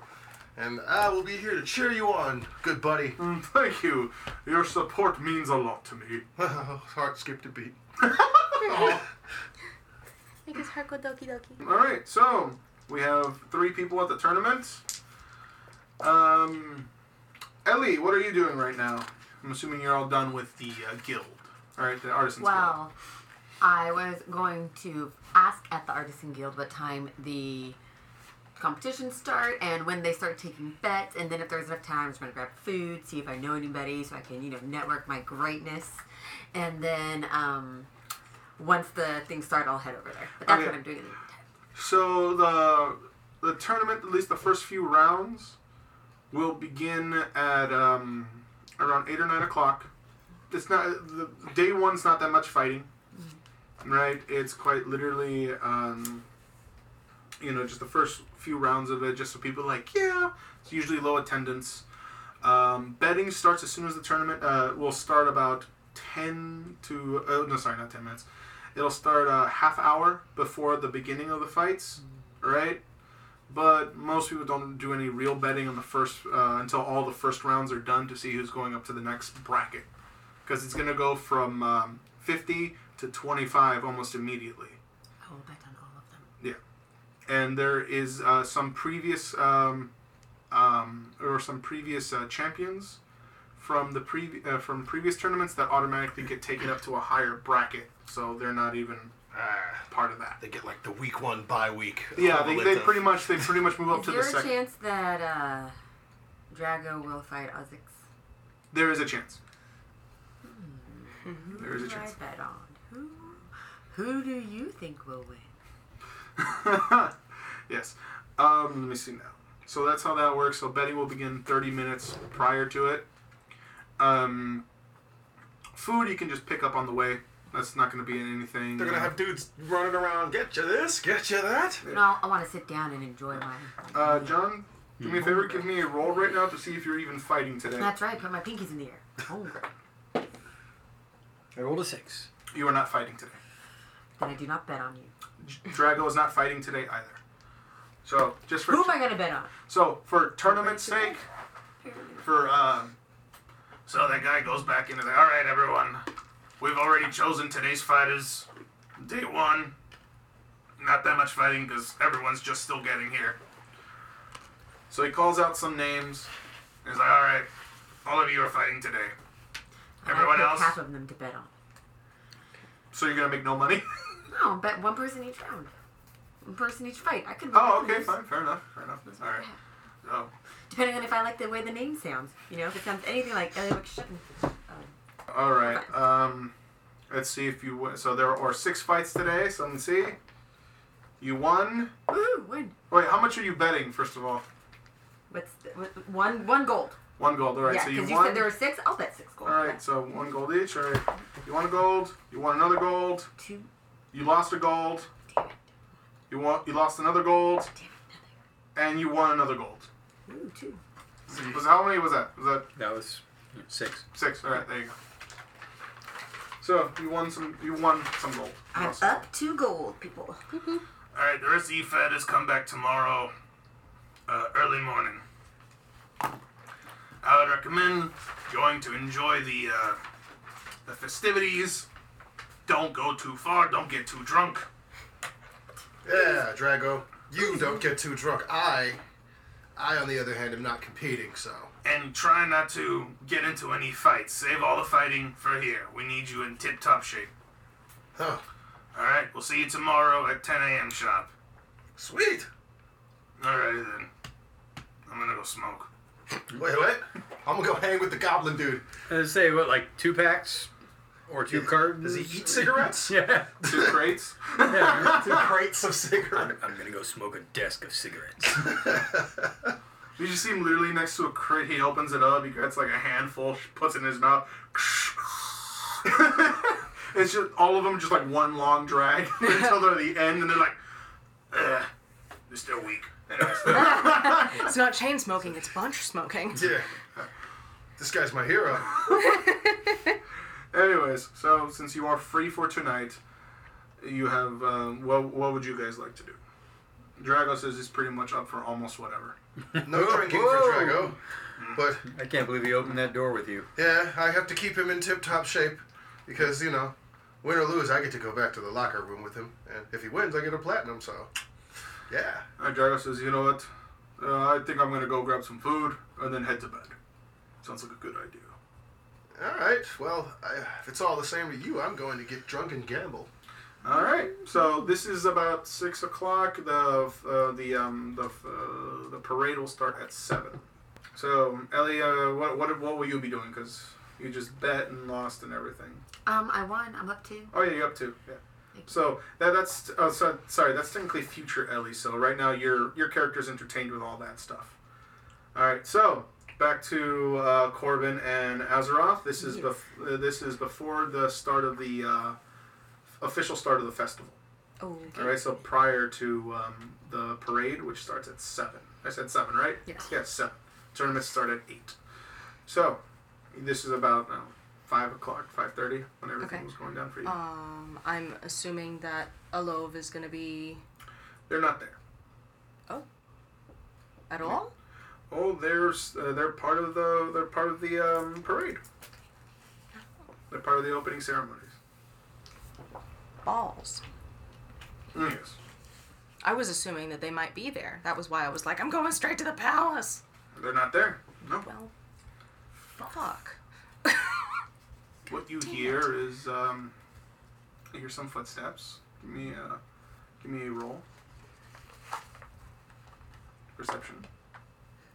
S2: and I will be here to cheer you on, good buddy.
S1: Mm, Thank you. Your support means a lot to me.
S2: Heart skipped a beat.
S4: Make his heart go doki doki.
S1: All right, so we have three people at the tournament. Um, Ellie, what are you doing right now? I'm assuming you're all done with the uh, guild. All right, the Artisan's Guild.
S3: Well, I was going to ask at the Artisan Guild what time the competitions start and when they start taking bets, and then if there's enough time, I'm just going to grab food, see if I know anybody, so I can you know network my greatness, and then um, once the things start, I'll head over there. But that's
S1: Okay.
S3: what I'm doing. in the meantime.
S1: So the the tournament, at least the first few rounds, will begin at um, around eight or nine o'clock. It's not the day one's not that much fighting, right? It's quite literally, um, you know, just the first few rounds of it, just so people are like, yeah. It's usually low attendance. Um, betting starts as soon as the tournament uh, will start about ten to oh no sorry not ten minutes. It'll start a half hour before the beginning of the fights, right? But most people don't do any real betting on the first uh, until all the first rounds are done to see who's going up to the next bracket, because it's gonna go from um, fifty to twenty-five almost immediately.
S3: I will bet on all of them.
S1: And there is uh, some previous um, um, or some previous uh, champions from the pre- uh, from previous tournaments that automatically get taken up to a higher bracket, so they're not even
S2: Ah,
S1: part of that.
S2: they get like the week one bye week.
S1: Yeah, they,
S2: equivalent
S1: they
S2: of-
S1: pretty much they pretty much move up
S3: Is
S1: to the
S3: there a
S1: second.
S3: chance that uh, Drago will fight Ozix?
S1: There is a chance. There is a
S3: Who do I
S1: chance.
S3: bet on? Who? Who do you think will win?
S1: yes. Um, let me see now. So that's how that works. So betting will begin 30 minutes prior to it. Um, food you can just pick up on the way. That's not going to be anything.
S2: They're gonna have dudes running around. Get you this. Get you that.
S3: No, I want to sit down and enjoy my.
S1: Uh, John, do me a favor. Give me a roll right now to see if you're even fighting today.
S3: That's right. Put my pinkies in the air. Hungry.
S5: I rolled a six.
S1: You are not fighting today.
S3: Then I do not bet on you.
S1: J- Drago is not fighting today either. So just for
S3: Who am I gonna bet on?
S1: So for tournament's sake, for um, so that guy goes back into the. All right, everyone, we've already chosen today's fighters. Day one, not that much fighting because everyone's just still getting here. So he calls out some names. He's like, all right, all of you are fighting today.
S3: And I
S1: Everyone
S3: pick
S1: else?
S3: Half of them to bet on.
S1: So you're gonna make no money.
S3: No, bet one person each round. One person each fight. I could.
S1: oh,
S3: lose.
S1: okay, fine, fair enough, fair enough. All right. So
S3: Depending on if I like the way the name sounds. You know, if it sounds anything like Ellie McShutton.
S1: All right. Um, let's see if you win. So there are six fights today. So let's see. You won.
S3: Woohoo! Win.
S1: Wait, how much are you betting? First of all,
S3: What's the, what, one? One gold.
S1: one gold. All right.
S3: yeah,
S1: so you
S3: because
S1: won.
S3: you, said there were six. I'll bet six gold.
S1: all right. So one gold each. All right. You won a gold. You won another gold.
S3: Two.
S1: You lost a gold.
S3: Damn it.
S1: You won. You lost another gold.
S3: Damn it.
S1: And you won another gold.
S3: Nothing. Ooh, two.
S1: Was how many was that? Was that
S5: That was yeah, six.
S1: six? All right. There you go. So you won some. You won some gold. You
S3: I'm
S1: lost some gold.
S3: up two gold, people.
S1: All right, the rest of you fatters come back tomorrow, uh, early morning. I would recommend going to enjoy the uh, the festivities. Don't go too far. Don't get too drunk.
S2: Yeah, Drago. You don't get too drunk. I, I on the other hand, am not competing. So
S1: And try not to get into any fights. Save all the fighting for here. We need you in tip-top shape.
S2: oh,
S1: All right, we'll see you tomorrow at 10 a.m. sharp.
S2: sweet.
S1: All right then. I'm gonna go smoke.
S2: Wait, what? I'm gonna go hang with the goblin dude.
S5: Uh, say what, like two packs or two cartons?
S2: Does he eat cigarettes?
S5: Yeah.
S1: Two crates.
S2: Two crates of
S5: I'm,
S2: cigarettes.
S5: I'm gonna go smoke a desk of cigarettes.
S1: You just see him literally next to a crate. He opens it up. He gets like a handful, puts it in his mouth. it's just all of them, just like one long drag until they're the end, and they're like, Ugh, they're still weak. Anyways.
S4: It's not chain smoking, it's bunch smoking.
S2: yeah. This guy's my hero.
S1: Anyways, so since you are free for tonight, you have um, what? What would you guys like to do? Drago says he's pretty much up for almost whatever.
S2: No drinking
S5: Whoa.
S2: for Drago. But
S5: I can't believe he opened that door with you.
S2: yeah, I have to keep him in tip-top shape because you know, win or lose, I get to go back to the locker room with him, and if he wins, I get a platinum. So, yeah.
S1: Uh, Drago says, you know what? Uh, I think I'm gonna go grab some food and then head to bed. Sounds like a good idea.
S2: Uh, All right. Well, I, if it's all the same to you, I'm going to get drunk and gamble.
S1: All right. So this is about six o'clock. The uh, the um, the uh, the parade will start at seven. So Ellie, uh, what what what will you be doing? Because you just bet and lost and everything.
S3: Um, I won. I'm up two.
S1: Oh yeah, you're up two. Yeah.
S3: Thank you.
S1: So that that's oh so, sorry that's technically future Ellie. So right now your your character's entertained with all that stuff. All right. So back to uh, Corbin and Azeroth. This is
S4: Yes.
S1: bef- uh, this is before the start of the uh, official start of the festival.
S4: Oh, okay.
S1: All right, so prior to um, the parade, which starts at seven. I said seven, right?
S4: Yes.
S1: Yes, seven. Tournaments start at eight. So, this is about now five o'clock, five thirty, when everything
S4: Okay.
S1: was going down for you.
S4: Um, I'm assuming that Alove is gonna be oh,
S1: they're not there.
S4: at all.
S1: Oh, there's uh, they're part of the they're part of the um, parade. They're part of the opening ceremonies.
S4: Balls.
S1: Mm, Yes.
S4: I was assuming that they might be there. That was why I was like, I'm going straight to the palace.
S1: They're not there. No.
S4: Well, fuck.
S1: What you hear is um, you hear some footsteps. Give me a give me a roll. Perception.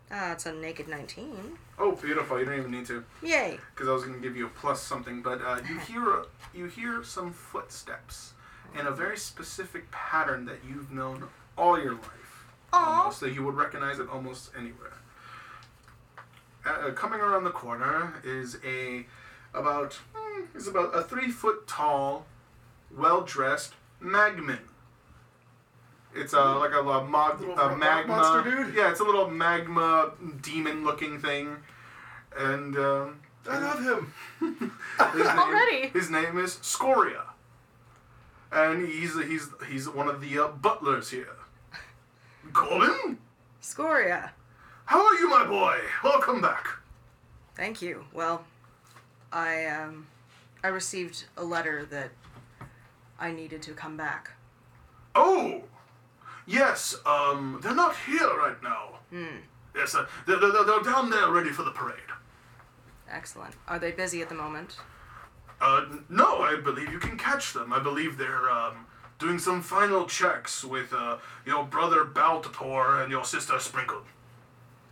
S4: That's a naked 19.
S1: Oh, beautiful! You don't even need to,
S4: Yay.
S1: because I was going to give you a plus something. But uh, you hear you hear some footsteps in a very specific pattern that you've known all your life.
S4: Aw.
S1: Almost that you would recognize it almost anywhere. Uh, coming around the corner is a about mm, is about a three foot tall, well dressed magman. It's uh, like a, a, mod,
S2: Little
S1: a
S2: rock
S1: magma.
S2: monster dude?
S1: Yeah, it's a little magma demon looking thing, and um,
S2: I love him.
S1: his name,
S4: Already?
S1: His name is Scoria, and he's he's he's one of the uh, butlers here. Corbin,
S4: Scoria.
S1: how are you, my boy? Welcome back.
S4: Thank you. Well, I um, I received a letter that I needed to come back.
S1: Oh, yes. Um, they're not here right now. Yes, uh, they're, they're, they're down there ready for the parade.
S4: Excellent. Are they busy at the moment?
S1: Uh, n- no, I believe you can catch them. I believe they're um, doing some final checks with uh, your brother Baltapor and your sister Sprinkle.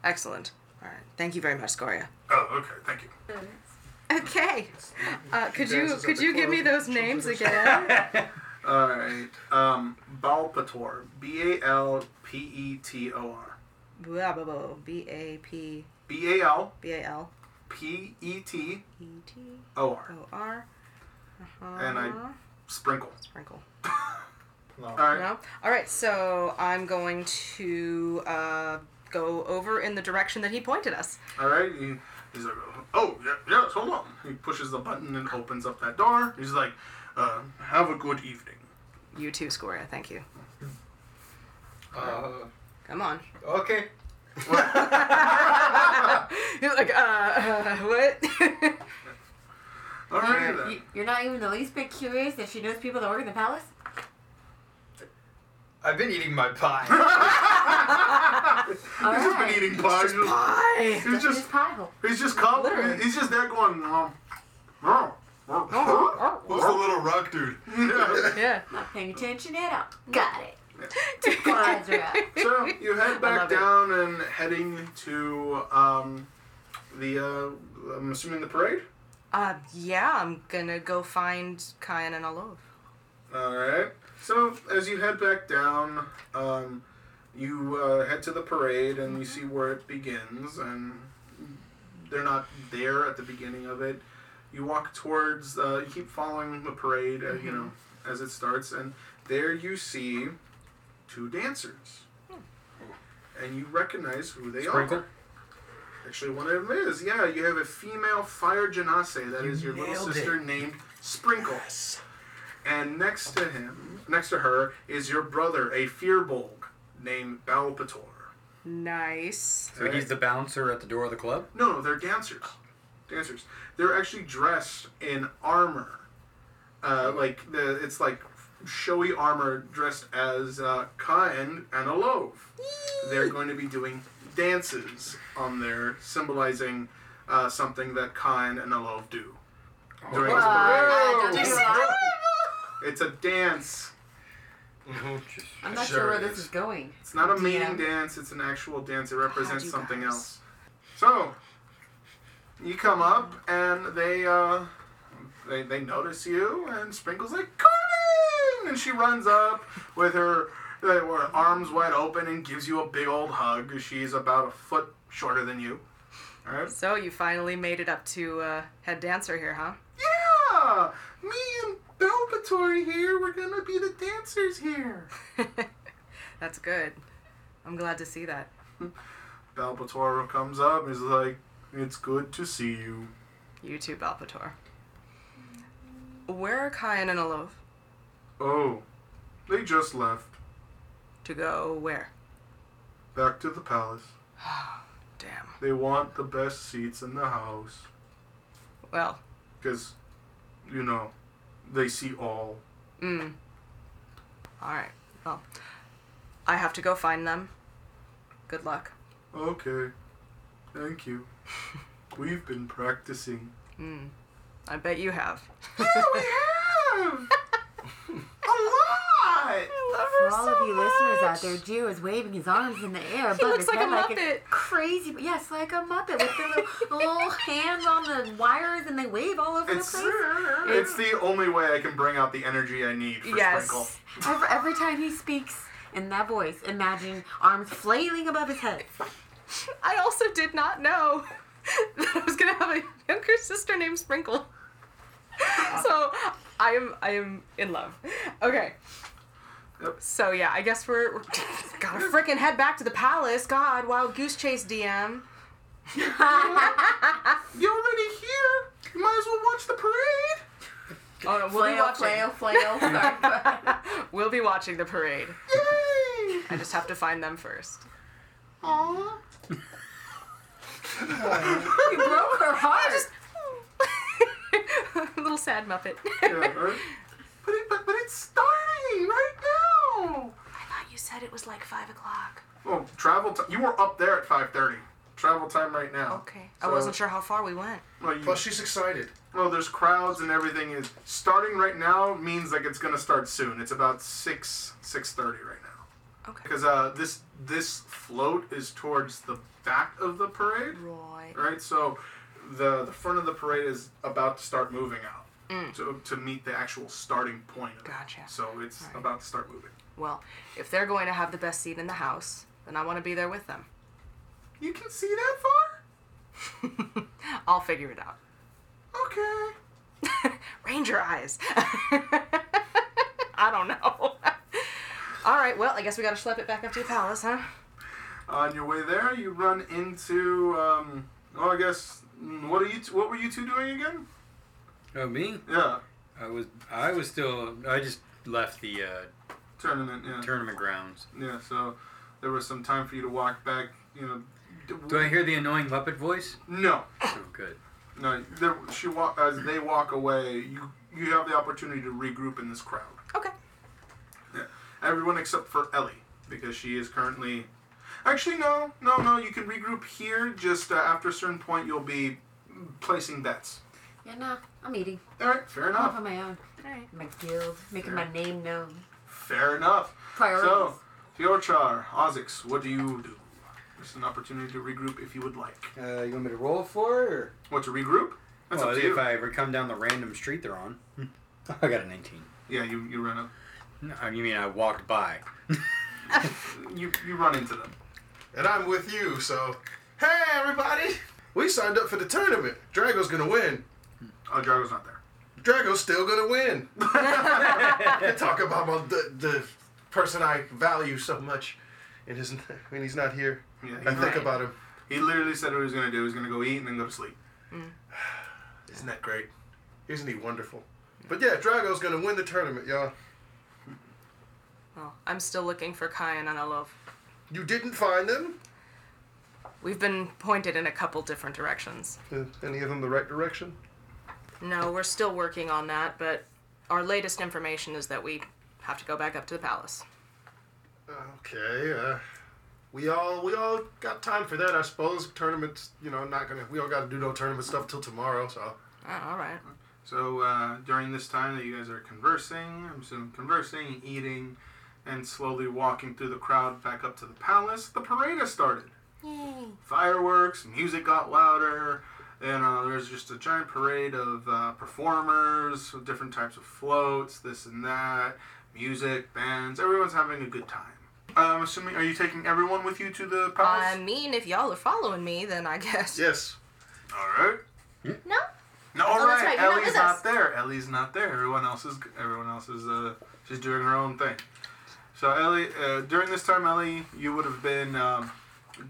S4: Excellent. All right. Thank you very much, Scoria.
S1: Oh, okay. Thank you.
S4: Okay. Uh, could you
S2: dances at
S4: could
S2: the
S4: you give
S2: club
S4: me
S2: and
S4: those
S2: jumps in
S4: names
S2: her
S4: again?
S1: All right. Um, Balpator. B a l p e t o r.
S4: Blah, blah, blah. B A P
S1: B a l
S4: B A L
S1: p e t
S4: E T
S1: o r.
S4: O R. Uh-huh.
S1: And I- Sprinkle.
S4: sprinkle.
S6: No.
S1: All right.
S4: No. All right. So I'm going to uh, go over in the direction that he pointed us.
S1: All right. He, he's like, oh, yeah, yes, hold on. He pushes the button and opens up that door. He's like, uh, have a good evening.
S4: You too, Scoria. Thank you.
S6: Uh,
S4: Come on.
S6: okay.
S4: You're like, uh, uh, what?
S1: All right. then.
S3: You, you're not even the least bit curious that she knows people that work in the palace?
S6: I've been eating my pie.
S3: All
S1: He's just been
S3: right.
S1: eating pie. He's just,
S4: Hi.
S1: he's just,
S3: pie.
S1: he's just, cop-
S4: Literally.
S1: he's just there going, um, "Meow, meow, meow."
S2: Who's the little rock dude?
S1: Yeah.
S4: Yeah.
S3: Not paying attention at all. Got it. Eyes are out.
S1: so you head back
S4: love it.
S1: down and heading to um, the, uh, I'm assuming the parade?
S4: Uh, yeah, I'm gonna go find Kyan and Alov.
S1: All right. So as you head back down, um, you uh, head to the parade and
S4: Mm-hmm.
S1: you see where it begins, and they're not there at the beginning of it. You walk towards. Uh, you keep following the parade, uh, you know,
S4: Mm-hmm.
S1: as it starts, and there you see two dancers,
S4: Hmm.
S1: and you recognize who they
S5: Sprinkle?
S1: are. Actually, one of them is yeah. You have a female fire genasi. That is your little
S5: nailed it.
S1: sister named Sprinkle. And next to him, next to her, is your brother, a fearbolg named Balpator.
S4: Nice.
S5: So he's the bouncer at the door of the club.
S1: No, no, they're dancers. Dancers. They're actually dressed in armor. Uh, like the, it's like showy armor dressed as uh, Kain and Alov. They're going to be doing dances on there, symbolizing uh, something that Kine and Alov do. During this parade.
S3: Uh, don't do that.
S1: It's a dance.
S3: I'm not
S2: Sure
S3: sure where
S2: it
S3: this
S2: is.
S3: is going.
S1: It's not a meeting
S3: DM.
S1: dance, it's an actual dance. It represents
S4: you
S1: something
S4: guys.
S1: else. So, you come up and they uh they, they notice you and Sprinkle's like, Carmen! And she runs up with her, uh, her arms wide open and gives you a big old hug. She's about a foot shorter than you. Alright?
S4: So you finally made it up to uh, head dancer here, huh?
S1: Yeah! Me and Belvatore here, we're gonna be the dancers here.
S4: That's good. I'm glad to see that.
S1: Balbatoro comes up and is like, It's good to see you.
S4: You too, Balpator. Where are Kyan and Alov?
S1: Oh, they just left.
S4: To go where?
S1: Back to the palace.
S4: Damn.
S1: They want the best seats in the house.
S4: Well,
S1: Because, you know, they see all.
S4: mm. Alright, well. I have to go find them. Good luck.
S1: Okay. Thank you. We've been practicing.
S4: Mm. I bet you have.
S1: Yeah, we have! a lot!
S3: For all of you listeners out there, Gio is waving his arms in the air.
S4: He looks
S3: his
S4: like a
S3: head
S4: Muppet.
S3: crazy, yes, like a Muppet with their little, little hands on the wires and they wave all over
S1: It's,
S3: the place.
S1: it's the only way I can bring out the energy I need for
S4: Yes.
S1: Sprinkle.
S3: Every, every time he speaks in that voice, imagine arms flailing above his head.
S4: I also did not know that I was gonna have a younger sister named Sprinkle. so I am I am in love. Okay.
S1: Yep.
S4: So yeah, I guess we're, we're gotta frickin' head back to the palace. God, wild goose chase Oh, DM.
S1: You're already here! You might as well watch the parade!
S4: Oh no, we'll be
S3: Flail,
S4: watching.
S3: flail, flail.
S4: We'll be watching the parade.
S1: Yay!
S4: I just have to find them first.
S1: Aw.
S3: you broke her heart.
S4: Little sad Muppet.
S1: Yeah, right? but, it, but, but it's starting right now!
S4: I thought you said it was like five o'clock.
S1: Well, travel time. You were up there at 5.30. Travel time right now.
S4: Okay. I
S1: So-
S4: wasn't sure how far we went.
S1: Well, you,
S2: Plus, she's excited.
S1: well, there's crowds and everything is starting right now means like it's gonna start soon. It's about six six thirty right now
S4: Okay.
S1: because uh, this this float is towards the back of the parade.
S4: Roy.
S1: Right, so the the front of the parade is about to start moving out to, to meet the actual starting point. Of it.
S4: Mm. Gotcha.
S1: So it's about to start moving.
S4: Well, if they're going to have the best seat in the house, then I want to be there with them.
S1: You can see that far?
S4: I'll figure it out.
S1: Okay.
S4: Ranger eyes. I don't know. All right, well, I guess we got to schlep it back up to the palace, huh?
S1: On your way there, you run into. Um, oh, I guess. mm, What are you? T- what were you two doing again?
S5: Oh, me?
S1: Yeah,
S5: I was I was still I just left the uh,
S1: tournament. Yeah,
S5: tournament grounds.
S1: yeah. So there was some time for you to walk back. You know. d-
S5: Do I hear the annoying Muppet voice?
S1: No,
S5: Oh, good.
S1: no. There, she walk as they walk away. You you have the opportunity to regroup in this crowd.
S4: Okay.
S1: Everyone except for Ellie because she is currently. Actually, no, no, no. You can regroup here. Just uh, after a certain point, you'll be placing bets.
S3: yeah, nah, I'm eating.
S1: All right, fair
S3: I'm off
S1: enough.
S3: on my own.
S4: All right.
S3: My guild, making my name known.
S1: Fair enough.
S3: Priorities.
S1: So, Fjorchar, Ozix, what do you do? There's an opportunity to regroup if you would like.
S5: Uh, you want me to roll for it? Or?
S1: What to regroup? That's
S5: Well,
S1: up
S5: if
S1: to you.
S5: I ever come down the random street they're on, I got a 19.
S1: Yeah, you, you run up.
S5: No, Uh, you mean I walked by?
S1: You you run into them.
S2: And I'm with you, so. Hey, everybody! We signed up for the tournament. Drago's gonna win.
S1: Oh, Drago's not there.
S2: Drago's still gonna win. I talk about my, the, the person I value so much, and his, when he's not here,
S1: Yeah,
S2: I
S1: he,
S2: think
S4: Right.
S2: about him.
S1: he literally said what he was gonna do. He was gonna go eat and then go to sleep.
S2: Isn't that great? Isn't he wonderful? But yeah, Drago's gonna win the tournament, y'all.
S4: Well, I'm still looking for Kyan and Alov.
S2: You didn't find them.
S4: We've been pointed in a couple different directions.
S2: Uh, any of them the right direction?
S4: No, we're still working on that, but our latest information is that we have to go back up to the palace.
S2: Okay. Uh, we all we all got time for that, I suppose. Tournaments, you know, not gonna. We all got to do no tournament stuff till tomorrow. So
S4: Oh, all right.
S1: So uh, during this time that you guys are conversing, I'm assuming conversing, eating, and slowly walking through the crowd back up to the palace, the parade has started. Fireworks, music got louder, and uh, there's just a giant parade of uh, performers, different types of floats, this and that, music, bands. Everyone's having a good time. I'm assuming, are you taking everyone with you to the
S4: I
S1: palace?
S4: mean, if y'all are following me, then I guess.
S2: yes,
S1: All right.
S7: No?
S1: No, all
S7: Oh, that's right,
S1: right.
S7: you're not
S1: Ellie's
S7: with
S1: not,
S7: us.
S1: there. Ellie's not there. Everyone else is. Everyone else is. Uh, she's doing her own thing. So Ellie, uh, during this time, Ellie, you would have been um,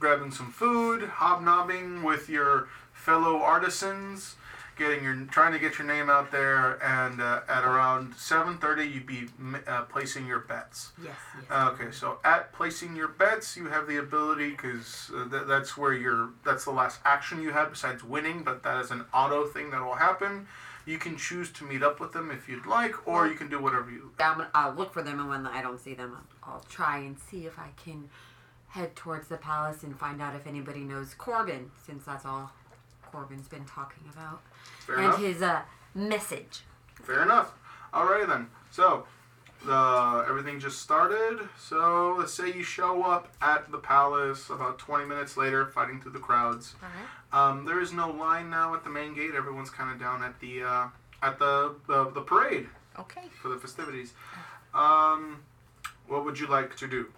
S1: grabbing some food, hobnobbing with your fellow artisans, getting your trying to get your name out there, and uh, at around seven thirty, you'd be m- uh, placing your bets.
S3: Yes, yes.
S1: Uh, Okay, so at placing your bets, you have the ability because uh, th- that's where your that's the last action you had besides winning, but that is an auto thing that will happen. You can choose to meet up with them if you'd like, or you can do whatever you.
S3: I'm gonna, I'll look for them, and when I don't see them, I'll, I'll try and see if I can head towards the palace and find out if anybody knows Corbin, since that's all Corbin's been talking about,
S1: Fair
S3: and
S1: enough.
S3: his uh, message.
S1: Fair enough. Alrighty then. So, the everything just started. So let's say you show up at the palace about 20 minutes later, fighting through the crowds. Um, there is no line now at the main gate. Everyone's kind of down at the uh, at the, the the parade.
S4: Okay.
S1: for the festivities. Um, what would you like to do?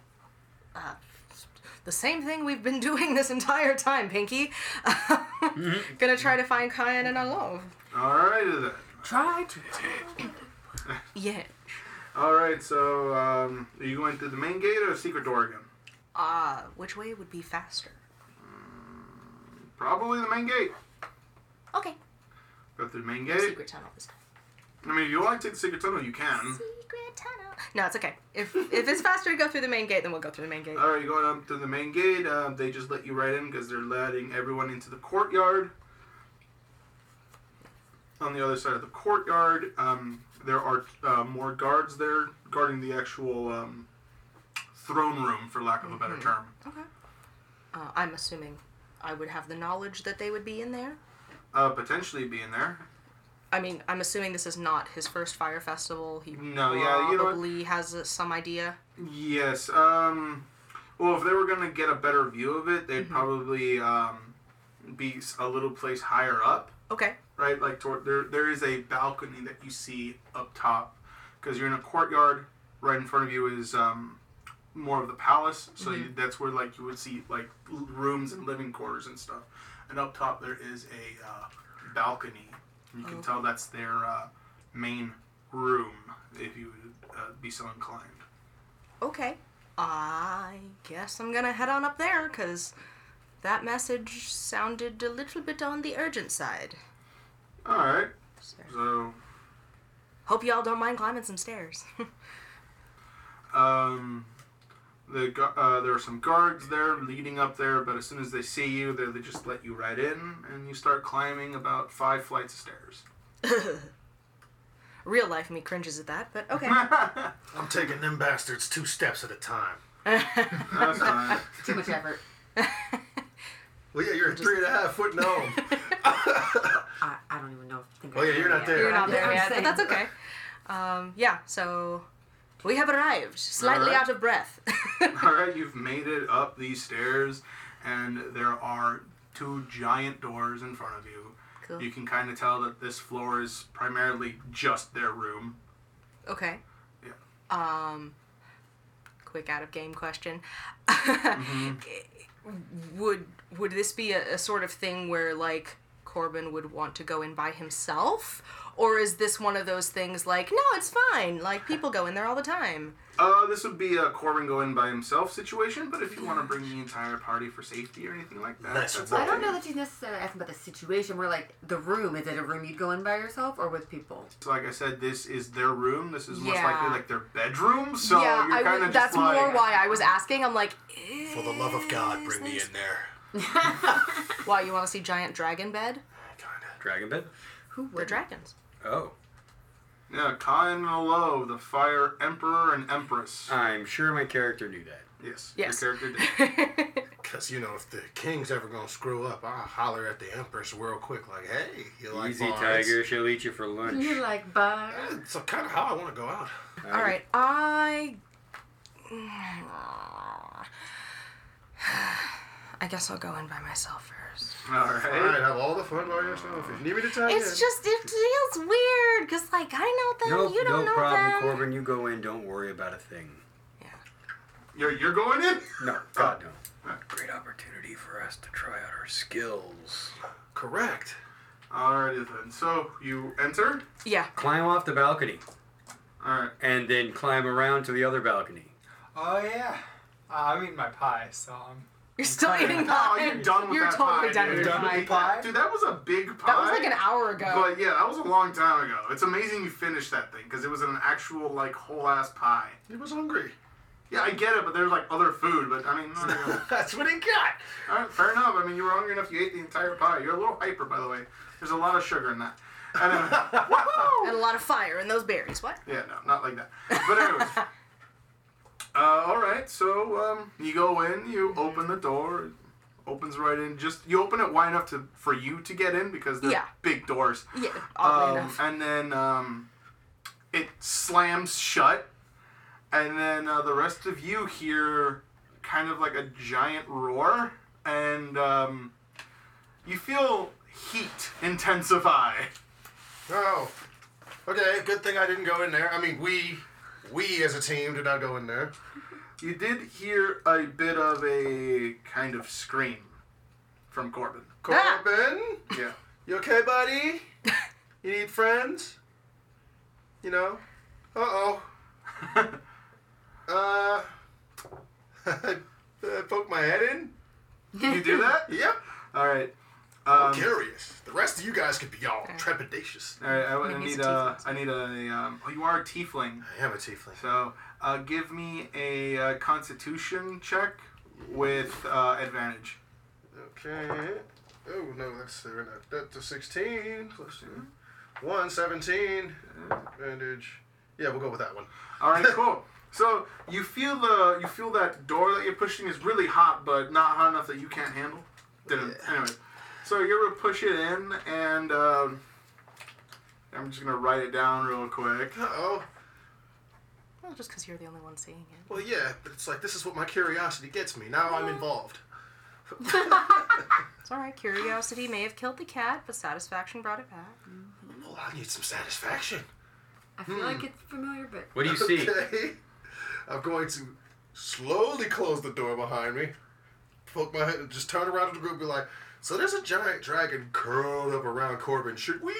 S4: The same thing we've been doing this entire time, Pinky.
S1: Mm-hmm.
S4: Gonna try to find Kyan and Alove.
S1: Alrighty then.
S3: Try to.
S4: Yeah.
S1: Alright, so um, are you going through the main gate or the secret door again?
S4: Uh, which way would be faster?
S1: Probably the main gate.
S7: Okay.
S1: Go through the main gate.
S4: Secret tunnel this time.
S1: I mean, if you want to take the secret tunnel, you can.
S7: Secret tunnel.
S4: No, it's okay. If if it's faster to go through the main gate, then we'll go through the main gate.
S1: Alright, going up through the main gate. Uh, they just let you right in because they're letting everyone into the courtyard. On the other side of the courtyard, um, there are uh, more guards there guarding the actual um, throne room, for lack of a better term.
S4: Uh, I'm assuming I would have the knowledge that they would be in there.
S1: uh, potentially being there.
S4: I mean, I'm assuming this is not his first fire festival. He
S1: No, yeah, you know what?
S4: probably has uh, some idea.
S1: Yes. Um, well, if they were gonna get a better view of it, they'd probably um, be s- a little place higher up,
S4: Okay.
S1: right? Like toward there, there is a balcony that you see up top because you're in a courtyard. Right in front of you is um, more of the palace, so you, that's where like you would see like l- rooms and living quarters and stuff. And up top there is a uh, balcony. You can tell that's their uh, main room if you would uh, be so inclined.
S4: Okay. I guess I'm gonna head on up there because that message sounded a little bit on the urgent side.
S1: All right.
S4: So,
S1: So,
S4: hope y'all don't mind climbing some stairs.
S1: um, the gu- uh, there are some guards there leading up there, but as soon as they see you, they they just let you right in, and you start climbing about five flights of stairs.
S4: Real life me cringes at that, but okay.
S2: I'm taking them bastards two steps at a time.
S1: That's fine.
S3: Too much effort.
S2: Well, yeah, you're a three and a half foot gnome.
S3: I, I don't even know. if- Think
S2: Oh, yeah, you're not there.
S4: You're not there
S3: I'm
S4: yet, but
S3: saying-
S4: that's okay. Um, yeah, so we have arrived, slightly
S1: Alright.
S4: out of breath.
S1: All right, you've made it up these stairs, and there are two giant doors in front of you.
S4: Cool.
S1: You can kind of tell that this floor is primarily just their room.
S4: Okay.
S1: Yeah.
S4: Um, quick out of game question.
S1: Mm-hmm.
S4: Would would this be a, a sort of thing where like Corbin would want to go in by himself, or is this one of those things like no, it's fine. Like people go in there all the time.
S1: Uh, this would be a Corbin go in by himself situation, but if you want to bring the entire party for safety or anything like that,
S2: That's
S1: that's
S2: right.
S3: I don't know that you necessarily asked about the situation. We're like the room. Is it a room you'd go in by yourself or with people?
S1: So like I said, this is their room. This is most
S4: Yeah.
S1: likely like their bedroom. So
S4: yeah,
S1: you're
S4: I
S1: kind
S4: would-
S1: of just
S4: that's
S1: like,
S4: more why I was asking. I'm like, "Eh,
S2: For the love of God, bring me in there.
S4: why you want to see giant dragon bed?
S2: Kinda.
S5: Dragon Bed?
S3: Who
S4: They're
S3: would?
S4: dragons.
S5: Oh.
S1: yeah, Kyan Malo, the Fire Emperor and Empress.
S5: I'm sure my character knew that.
S1: Yes.
S4: Yes.
S1: Your character did.
S2: Cause you know if the king's ever gonna screw up, I'll holler at the empress real quick, like, "Hey, you like
S5: Easy,
S2: bars?"
S5: Tiger. She'll eat you for lunch.
S3: You like bar?
S2: So kind of how I want to go out.
S4: All right, I. I guess I'll go in by myself first.
S1: All
S2: All
S1: right.
S2: right, have all the fun by yourself. If you need me to tell you,
S4: It's just it feels weird because like I know them,
S5: No,
S4: you
S5: no
S4: don't know
S5: problem,
S4: them.
S5: Corbin. You go in. Don't worry about a thing.
S1: You're, you're going in?
S5: No, God no. Great opportunity for us to try out our skills.
S2: correct.
S1: Alrighty then. So you enter.
S4: Yeah,
S5: Climb off the balcony
S1: Alright.
S5: and then climb around to the other balcony.
S6: Oh yeah. Uh, I'm eating my pie, so I'm.
S4: you're still eating
S1: Oh,
S4: pie.
S1: you're done with
S4: You're
S1: that
S4: totally
S1: pie,
S4: done
S1: dude.
S4: with
S6: Done
S4: your
S6: with
S4: pie.
S6: the pie?
S1: Dude, that was a big pie.
S4: That was like an hour ago.
S1: But yeah, that was a long time ago. It's amazing you finished that thing because it was an actual like whole ass pie.
S2: He was hungry.
S1: Yeah, I get it, but there's like other food. But I mean, I don't know.
S2: That's what he got.
S1: all right, fair enough. I mean, you were hungry enough. You ate the entire pie. You're a little hyper, by the way. There's a lot of sugar in that. And, uh, woohoo!
S4: and a lot of fire and those berries. What?
S1: Yeah, no, not like that. But anyways. Uh, all right, so um, you go in, you open the door, it opens right in. Just you open it wide enough to for you to get in because they're
S4: Yeah.
S1: big doors.
S4: Yeah, oddly
S1: Um,
S4: enough.
S1: and then um, it slams shut, and then uh, the rest of you hear kind of like a giant roar, and um, you feel heat intensify.
S2: Oh, okay. Good thing I didn't go in there. I mean, we, we as a team did not go in there.
S1: You did hear a bit of a kind of scream from Corbin.
S4: Ah.
S2: Corbin,
S1: Yeah.
S2: you okay, buddy? You need friends? You know? Uh oh. Uh, I poked my head in.
S1: you do that?
S2: Yep.
S1: All right.
S2: I'm
S1: Um,
S2: curious. The rest of you guys could be all trepidatious.
S1: all right. I, I
S4: Maybe he's
S1: need
S4: a
S1: a.
S4: tiefling.
S1: I need a. Um, oh, you are a tiefling.
S2: I am a tiefling.
S1: So uh, give me a uh, Constitution check with uh, advantage.
S2: Okay. Oh no, that's uh, not that to sixteen plus one seventeen bandage. Yeah, we'll go with that one.
S1: All right, cool. So you feel the you feel that door that you're pushing is really hot, but not hot enough that you can't handle. Didn't anyway. So you're gonna push it in, and um, I'm just gonna write it down real quick.
S2: Uh oh.
S4: Well, just because you're the only one seeing it.
S2: Well, yeah, but it's like this is what my curiosity gets me. Now I'm involved.
S4: It's all right. Curiosity may have killed the cat, but satisfaction brought it back.
S2: Well, Oh, I need some satisfaction.
S3: I feel like it's familiar, but
S5: What do you see?
S2: Okay. I'm going to slowly close the door behind me. Poke my head and just turn around to the group and be like, so there's a giant dragon curled up around Corbin. Should we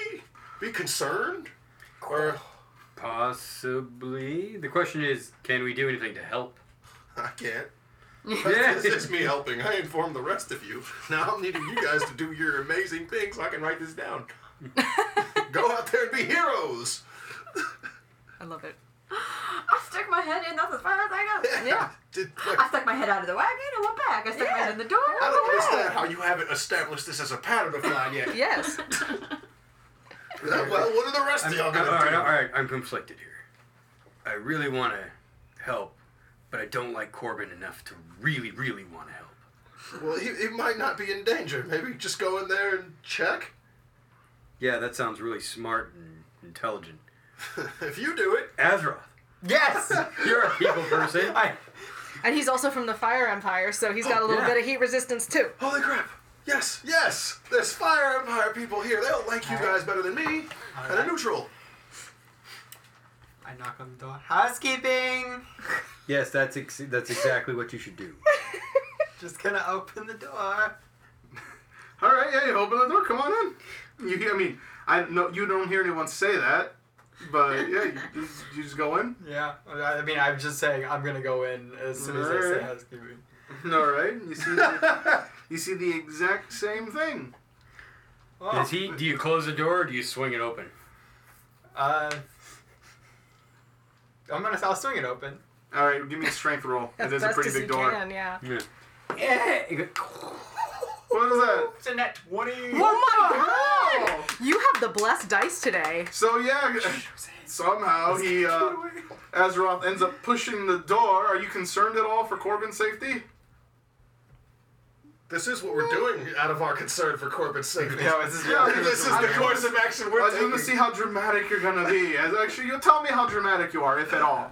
S2: be concerned? Or
S5: Possibly. The question is, can we do anything to help?
S2: I can't.
S5: Yeah.
S2: This is me helping. I inform the rest of you. Now I'm needing you guys to do your amazing thing so I can write this down. Go out there and be heroes.
S4: I love it.
S3: I stuck my head in. That's as far as I go.
S2: Yeah. Did, like,
S3: I stuck my head out of the wagon and went back. I stuck my head in the door.
S2: I
S3: and
S2: don't
S3: went
S2: understand how you haven't established this as a pattern of mine yet.
S4: Yes.
S2: Well, what are the rest
S5: I'm,
S2: of
S5: all
S2: y'all
S5: right,
S2: gonna
S5: all
S2: do?
S5: right, all right, I'm conflicted here. I really want to help, but I don't like Corbin enough to really, really want to help.
S2: Well, he, he might not be in danger. Maybe just go in there and check.
S5: Yeah, that sounds really smart and intelligent.
S2: if you do it,
S5: Azroth,
S4: yes.
S5: you're a people person.
S4: And he's also from the Fire Empire, so he's got a little
S5: Yeah.
S4: bit of heat resistance too.
S2: holy crap! Yes, yes. There's fire empire people here. They don't like you guys better than me. And a neutral.
S6: I knock on the door. Housekeeping.
S5: yes, that's ex- that's exactly what you should do.
S6: Just gonna open the door.
S1: All right, yeah, you open the door. Come on in. You, hear- I mean, I no, you don't hear anyone say that, but Uh, yeah, you, you just- you just go in.
S6: Yeah. I I mean, I'm just saying. I'm gonna go in as soon as I
S1: Alright.
S6: say housekeeping.
S1: All right, you see, the, you see the exact same thing.
S6: Oh.
S5: Is he? Do you close the door or do you swing it open?
S6: Uh, I'm gonna. I'll swing it open.
S1: All right, give me a strength roll. it is a
S4: Best
S1: pretty
S4: as
S1: big
S4: you
S1: door.
S4: Can, yeah.
S1: What is that?
S6: It's a net twenty.
S4: Oh my god! You have the blessed dice today.
S1: So yeah, somehow he, uh, Azeroth ends up pushing the door. Are you concerned at all for Corbin's safety?
S2: This is what we're doing out of our concern for corporate safety.
S6: Yeah, this is-
S1: Yeah,
S2: this is the
S1: I-
S2: course of action
S1: I
S2: we're
S1: was going to see
S2: taking.
S1: how dramatic you're going to be. As- Actually, you tell me how dramatic you are, if at all.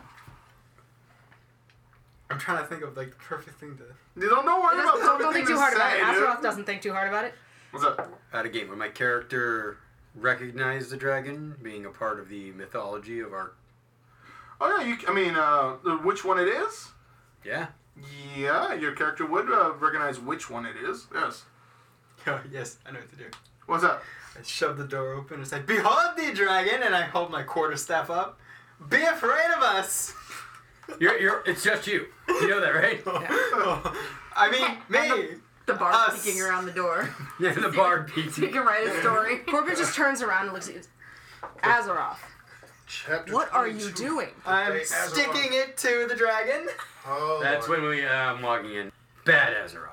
S6: I'm trying to think of like the perfect thing to.
S1: You don't, don't worry about
S4: Don't, don't
S1: everything
S4: think too
S1: to
S4: hard about
S1: say,
S4: it.
S1: dude.
S4: Azeroth doesn't think too hard about it.
S1: What's up?
S5: At a game where my character recognized the dragon being a part of the mythology of our.
S1: Oh yeah, you, I mean, uh, the- which one it is?
S5: Yeah.
S1: Yeah, your character would uh, recognize which one it is. Yes.
S6: Oh, yes, I know what to do.
S1: What's that?
S6: I shove the door open and say, "Behold thee, dragon!" And I hold my quarterstaff up. Be afraid of us.
S5: You're, you're, it's just you. You know that, right?
S6: I mean, me.
S3: The bar
S6: Us.
S3: peeking around the door.
S5: Yeah, the bard beats
S3: you
S5: you.
S3: can write a story.
S4: Corbin just turns around and looks at you. Azeroth,
S2: Chapter
S4: what are you
S2: 22.
S4: doing?
S6: I'm
S2: They have
S6: sticking it to the dragon.
S2: Oh,
S5: That's
S2: Lord.
S5: when we, uh, I'm logging in. Bad Azeroth.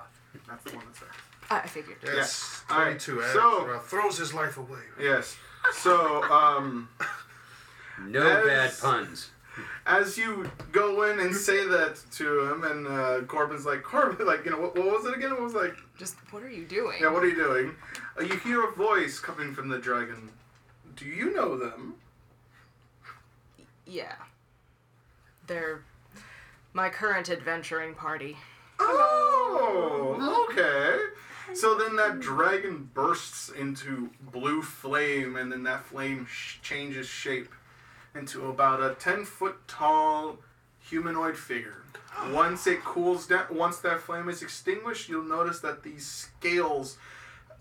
S1: That's the one that's there.
S4: I I figured.
S2: Yes.
S1: Yeah. All right,
S2: 22
S1: so-
S2: Azeroth uh, throws his life away.
S1: Yes. So, um,
S5: No
S1: As-
S5: bad puns.
S1: as you go in and say that to him, and uh, Corbin's like, Corbin, like, you know, what, what was it again? It was like,
S4: Just what are you doing?
S1: yeah, what are you doing? Uh, you hear a voice coming from the dragon. Do you know them?
S4: Yeah. They're my current adventuring party.
S1: Oh, okay. So then that dragon bursts into blue flame, and then that flame sh- changes shape into about a 10 foot tall humanoid figure. Once it cools down, once that flame is extinguished, you'll notice that these scales,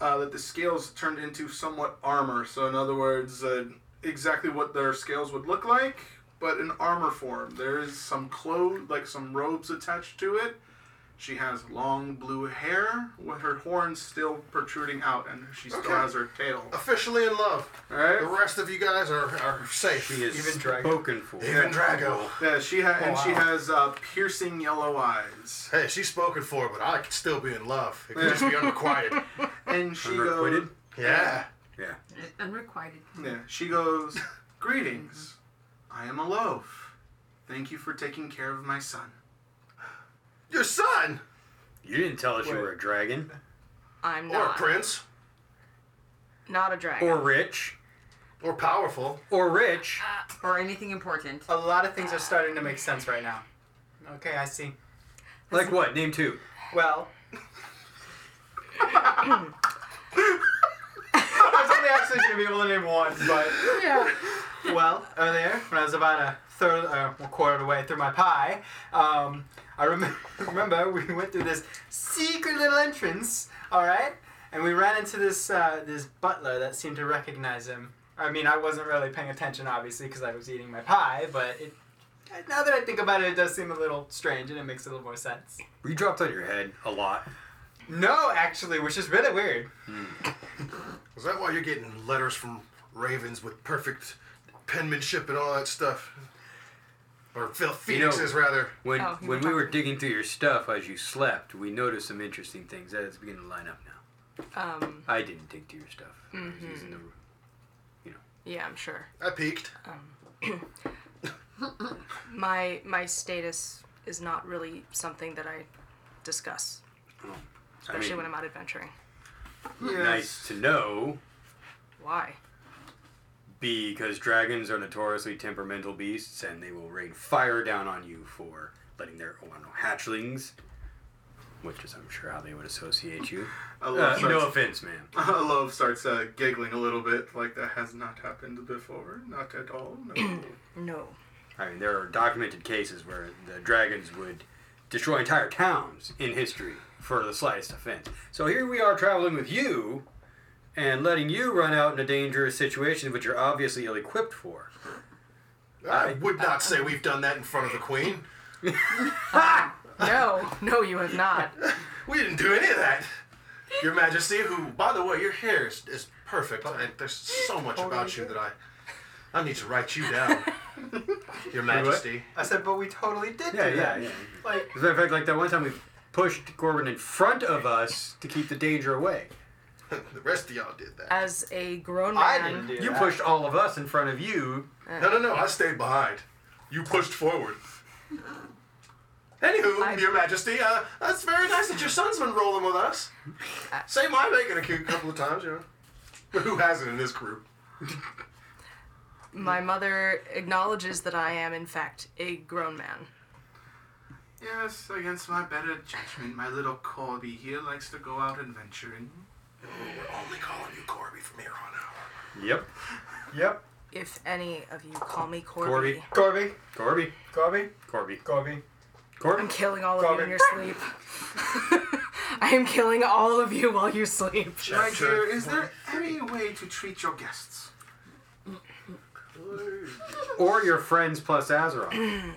S1: uh, that the scales turned into somewhat armor. So, in other words, uh, exactly what their scales would look like, but in armor form. There is some clothes, like some robes attached to it. She has long blue hair with her horns still protruding out, and she still
S2: Okay.
S1: has her tail.
S2: Officially in love.
S1: All
S2: The
S1: right.
S2: rest of you guys are, are safe.
S5: She is
S6: Even Drago.
S5: spoken for.
S2: Even Drago.
S1: Yeah, she ha- and she
S6: wow.
S1: has uh, piercing yellow eyes,
S2: Hey, she's spoken for, but I could still be in love. It could just be unrequited.
S1: and she goes.
S5: Unrequited?
S2: Yeah.
S5: Yeah.
S3: Unrequited.
S1: Yeah, she goes. Greetings. I am a loaf. Thank you for taking care of my son.
S2: Your son!
S5: You didn't tell us you
S6: Wait.
S5: were a dragon.
S4: I'm
S2: Or a
S4: not.
S2: prince.
S4: Not a dragon.
S5: Or rich.
S2: Or powerful.
S5: Or rich.
S3: Or anything important.
S5: Oh.
S6: A lot of things are starting to make sense right now. Okay, I see.
S5: Like what? Name two.
S6: Well. I was only actually going to be able to name one, but.
S4: yeah.
S6: Well, earlier, when I was about a third, uh, a quarter of the way through my pie, um, I rem- remember we went through this secret little entrance, alright? And we ran into this, uh, this butler that seemed to recognize him. I mean, I wasn't really paying attention, obviously, because I was eating my pie, but it, now that I think about it, it does seem a little strange and it makes a little more sense.
S5: You dropped on your head a lot.
S6: No, actually, which is really weird.
S2: Is that why you're getting letters from ravens with perfect penmanship and all that stuff? Or Phil Phoenix's, rather.
S5: When
S4: Oh, you
S5: when
S4: were
S5: we were
S4: talking.
S5: digging through your stuff as you slept, we noticed some interesting things. That is beginning to line up now.
S4: Um. mm-hmm.
S5: I didn't dig through your stuff. I was using the
S4: Yeah, I'm sure.
S2: I peeked.
S4: My my status is not really something that I discuss,
S5: I
S4: especially
S5: mean,
S4: when I'm out adventuring.
S5: nice to know
S4: Why?
S5: because dragons are notoriously temperamental beasts and they will rain fire down on you for letting their oh, I don't know, hatchlings, which is I'm sure how they would associate you.
S1: A
S5: Uh,
S1: loaf
S5: no
S1: starts,
S5: offense, ma'am.
S1: a loaf starts uh, giggling a little bit, like that has not happened before. Not at all. No.
S4: No.
S5: I mean, there are documented cases where the dragons would destroy entire towns in history for the slightest offense. So here we are traveling with you and letting you run out in a dangerous situation which you're obviously ill equipped for.
S2: I would not say we've done that in front of the queen.
S4: No. No, you have not.
S2: We didn't do any of that. Your Majesty, who, by the way, your hair is, is perfect. I, there's so much about you that I, I need to write you down. Your Majesty.
S6: I said, but we totally did
S5: Yeah,
S6: do
S5: yeah,
S6: that.
S5: yeah.
S6: Like,
S5: As a matter of fact, like that one time we pushed Corbin in front of us to keep the danger away.
S2: the rest of y'all did that.
S4: as a grown man.
S6: I didn't do
S5: You
S6: that.
S5: pushed all of us in front of you.
S2: No, no, no. I stayed behind. You pushed forward. Anywho,
S4: I-
S2: Your Majesty, uh, that's very nice that your son's been rolling with us. Save my bacon a cou- couple of times, you know. But who hasn't in this group?
S4: My mother acknowledges that I am, in fact, a grown man.
S1: Yes, against my better judgment, my little Corby here likes to go out adventuring.
S2: We're only calling you Corby from here on out.
S5: Yep.
S6: Yep.
S4: If any of you call me Corby,
S5: Corby.
S6: Corby.
S5: Corby.
S6: Corby.
S5: Corby.
S6: Corby.
S5: Corby.
S4: I'm killing all of you in
S6: Corby.
S4: your sleep. I am killing all of you while you sleep.
S1: My dear, is there any way to treat your guests?
S5: Or your friends plus Azeroth.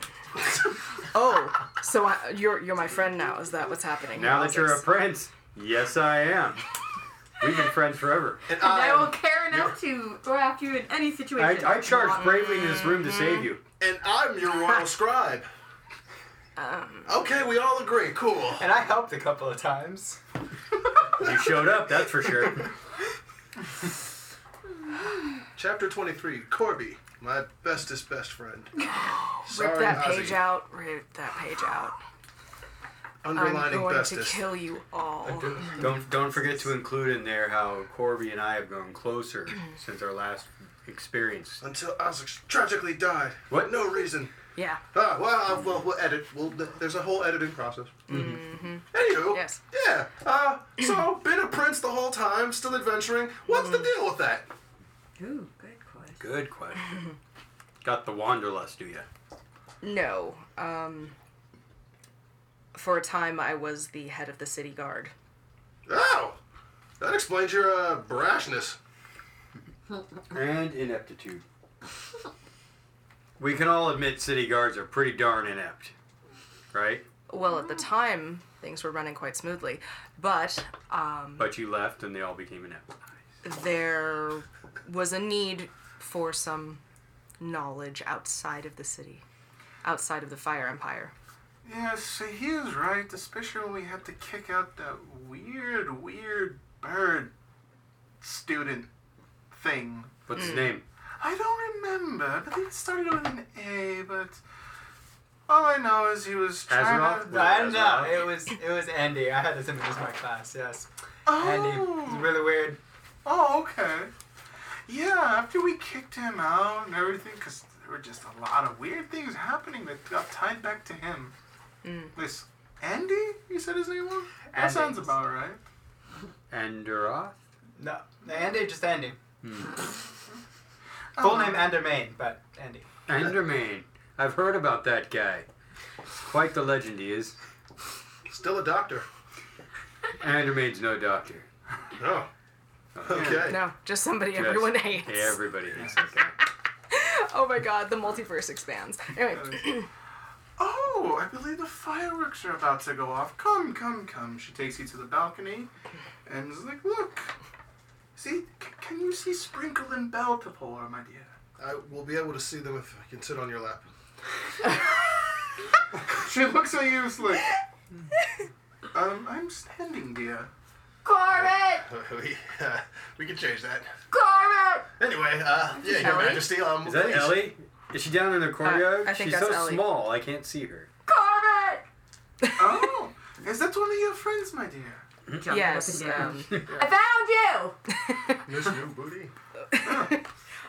S4: Oh, so I, you're you're my friend now? Is that what's happening?
S5: Now that you're a
S4: Wowzers.
S5: prince, yes, I am. We've been friends forever.
S2: And
S3: And I will
S2: I'm,
S3: care enough to go after you in any
S5: I,
S3: situation.
S5: I charged bravely into this room to save you.
S2: and I'm your royal scribe.
S4: Um.
S2: Okay, we all agree. Cool.
S6: And I helped a couple of times.
S5: You showed up, that's for sure.
S2: Chapter 23 Corby, my bestest best friend.
S4: Rip
S2: Sorry,
S4: that page
S2: Ozzy.
S4: out. Rip that page out. I'm
S2: Underlining
S4: going to
S2: bestest.
S4: kill you all.
S5: Don't don't forget to include in there how Corby and I have grown closer since our last experience.
S2: Until Ozzy tragically died.
S5: What?
S2: No reason.
S4: Yeah.
S2: Ah, well, uh, well, we'll edit. We'll, there's a whole editing process. Mm-hmm. Anywho,
S4: Yes.
S2: yeah. Uh, so, been a prince the whole time, still adventuring. What's the deal with that?
S3: Ooh, good question.
S5: Good question. Got the wanderlust, do ya?
S4: No. Um. For a time, I was the head of the city guard.
S2: Oh, that explains your uh, brashness.
S5: And ineptitude. We can all admit city guards are pretty darn inept, right?
S4: Well, at the time, things were running quite smoothly, but
S5: But you left and they all became inept.
S4: there was a need for some knowledge outside of the city, outside of the Fire Empire.
S1: Yes, he is right, especially when we had to kick out that weird, weird bird student thing.
S5: What's his name?
S1: I don't remember, but it started with an A, but all I know is he was trying
S5: Azeroth?
S1: to...
S5: Was it
S6: I don't know.
S5: Azeroth?
S6: It was it was Andy. I had this in as my class. Yes. Andy.
S1: Oh.
S6: It's really weird.
S1: Oh, okay. Yeah, after we kicked him out and everything, because there were just a lot of weird things happening that got tied back to him. This Andy, you said his name was? That
S6: Mm. Andy.
S1: sounds about right.
S5: Andoroth?
S6: No, Andy. Just Andy.
S1: Oh.
S6: Full name Andermain, but Andy.
S5: Enderman. I've heard about that guy. Quite the legend he is.
S2: Still a doctor.
S5: Enderman's no doctor.
S2: Oh. Okay.
S4: No, just somebody
S5: Just-
S4: everyone hates.
S5: Everybody hates that guy.
S4: Oh my god, the multiverse expands. Anyway,
S1: Oh, I believe the fireworks are about to go off. Come, come, come. She takes you to the balcony and is like, look. See, c- can you see Sprinkle and Bell to Polar, my dear?
S2: I will be able to see them if I can sit on your lap.
S1: She looks at you it's like, um, I'm standing, dear.
S3: Corbett!
S2: we, uh, we can change that.
S3: Corbett!
S2: Anyway, uh, yeah, Your
S4: Ellie?
S2: Majesty. Um,
S5: Is that
S2: please.
S5: Ellie? Is she down in the courtyard?
S4: Uh, I think
S5: She's
S4: that's
S5: so
S4: Ellie.
S5: small, I can't see her.
S3: Corbett!
S1: Oh, is that one of your friends, my dear?
S3: Jumping
S4: yes.
S3: up and down.
S4: Um,
S3: I found you!
S2: Miss New Booty?
S3: How did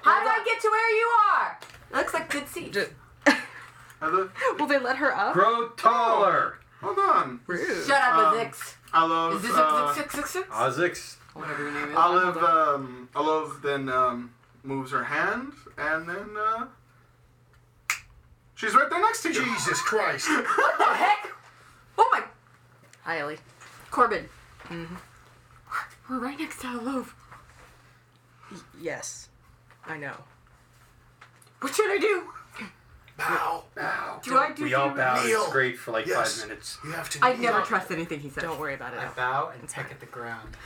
S3: I get to where you are? looks like good seat.
S4: Just-
S1: I look,
S4: will they let her up?
S5: Grow taller!
S1: hold on.
S4: Rude.
S3: Shut up,
S1: Um,
S3: Azix.
S1: I love,
S3: Is this
S1: uh,
S3: Azix six six?
S5: Ozix.
S3: Whatever your name is.
S1: Olive, um, Olive then, um, moves her hand and then, uh, she's right there next to you.
S2: Jesus Christ.
S3: What the heck? Oh my
S4: Hi, Ellie.
S3: Corbin. We're right next to Olive.
S4: Yes, I know.
S3: What should I do?
S2: Bow. Bow.
S3: Do I do
S5: We all
S3: something-
S5: bowed
S2: Kneel.
S5: and scraped for like
S2: Yes.
S5: five minutes.
S2: You have to.
S3: I'd never
S2: kneel.
S3: trust anything he says.
S4: Don't worry about it.
S6: I
S4: Ellie.
S6: bow and peck at the ground.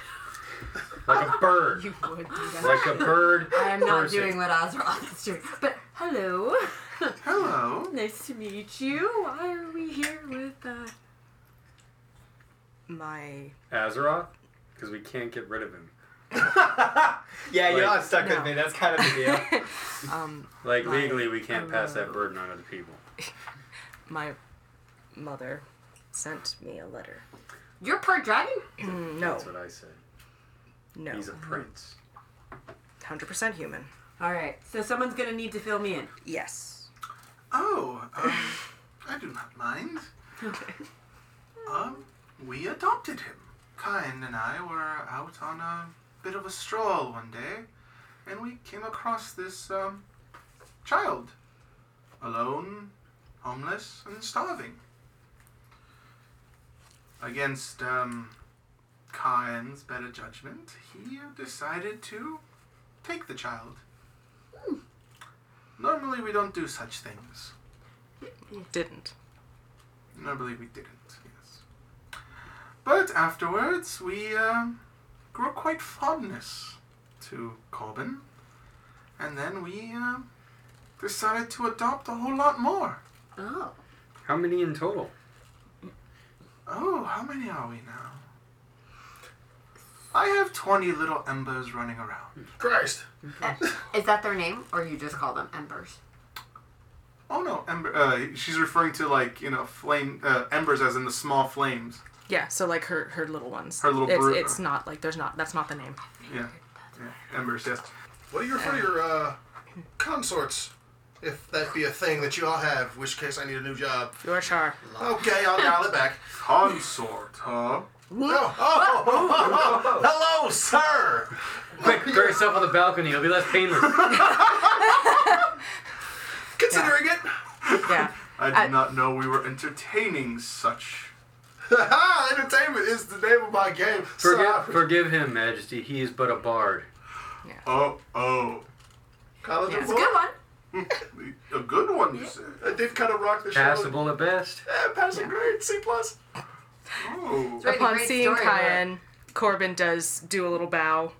S5: Like a bird.
S4: You would do that.
S5: Like a bird.
S3: I am not
S5: person.
S3: doing what Azeroth is doing. But hello.
S1: Hello.
S3: nice to meet you. Why are we here with uh
S4: My
S5: Azeroth? Because we can't get rid of him.
S6: yeah, you're
S5: Like-
S6: not stuck with
S4: No.
S6: me. That's kind of the deal.
S4: Um,
S5: Like
S4: Right.
S5: legally, we can't pass
S4: Oh.
S5: that burden on other people.
S4: my mother sent me a letter.
S3: You're part dragon?
S4: No,
S5: That's what I said.
S4: no,
S5: He's a prince.
S4: hundred percent human.
S3: Alright, so someone's gonna need to fill me in.
S4: Yes.
S1: Oh, um, I do not mind.
S4: Okay.
S1: Um, we adopted him. Kyan and I were out on a bit of a stroll one day, and we came across this, um, child. Alone, homeless, and starving. Against, um, Kyan's better judgment, he decided to take the child. Normally, we don't do such things.
S4: Didn't.
S1: No, I believe we didn't, yes. But afterwards, we um, grew quite fondness to Corbin. And then we um, decided to adopt a whole lot more.
S3: Oh.
S5: How many in total?
S1: Oh, how many are we now? I have 20 little embers running around.
S2: Christ.
S3: Uh, Is that their name, or you just call them embers?
S1: Oh no, ember. Uh, she's referring to like you know flame uh, embers as in the small flames.
S4: Yeah. So like her her little ones.
S1: Her little
S4: It's,
S1: brood.
S4: it's not like there's not that's not the name.
S1: Yeah, yeah. embers. Yes.
S2: What do you refer to your uh, consorts? If that be a thing that you all have, which case I need a new job.
S4: Your char.
S2: Okay, I'll dial it back.
S1: Consort, huh?
S2: Oh, oh, oh, oh, oh, hello, sir.
S5: Quick, throw yourself on the balcony. It'll be less painless.
S2: Considering it,
S4: Yeah.
S1: I did
S4: I-
S1: not know we were entertaining such.
S2: Haha, entertainment is the name of my game.
S5: Forgive,
S2: Sorry.
S5: forgive him, Majesty. He is but a bard.
S1: Oh, oh.
S2: College
S4: Yeah.
S2: of
S3: It's a good one.
S1: A good one, you said.
S2: I did kind of rock the show.
S5: Passable at best.
S2: Yeah, passing grade, C plus.
S1: Oh.
S3: It's a
S4: Upon
S3: great
S4: seeing
S3: story, right?
S4: Kyan, Corbin does do a little bow.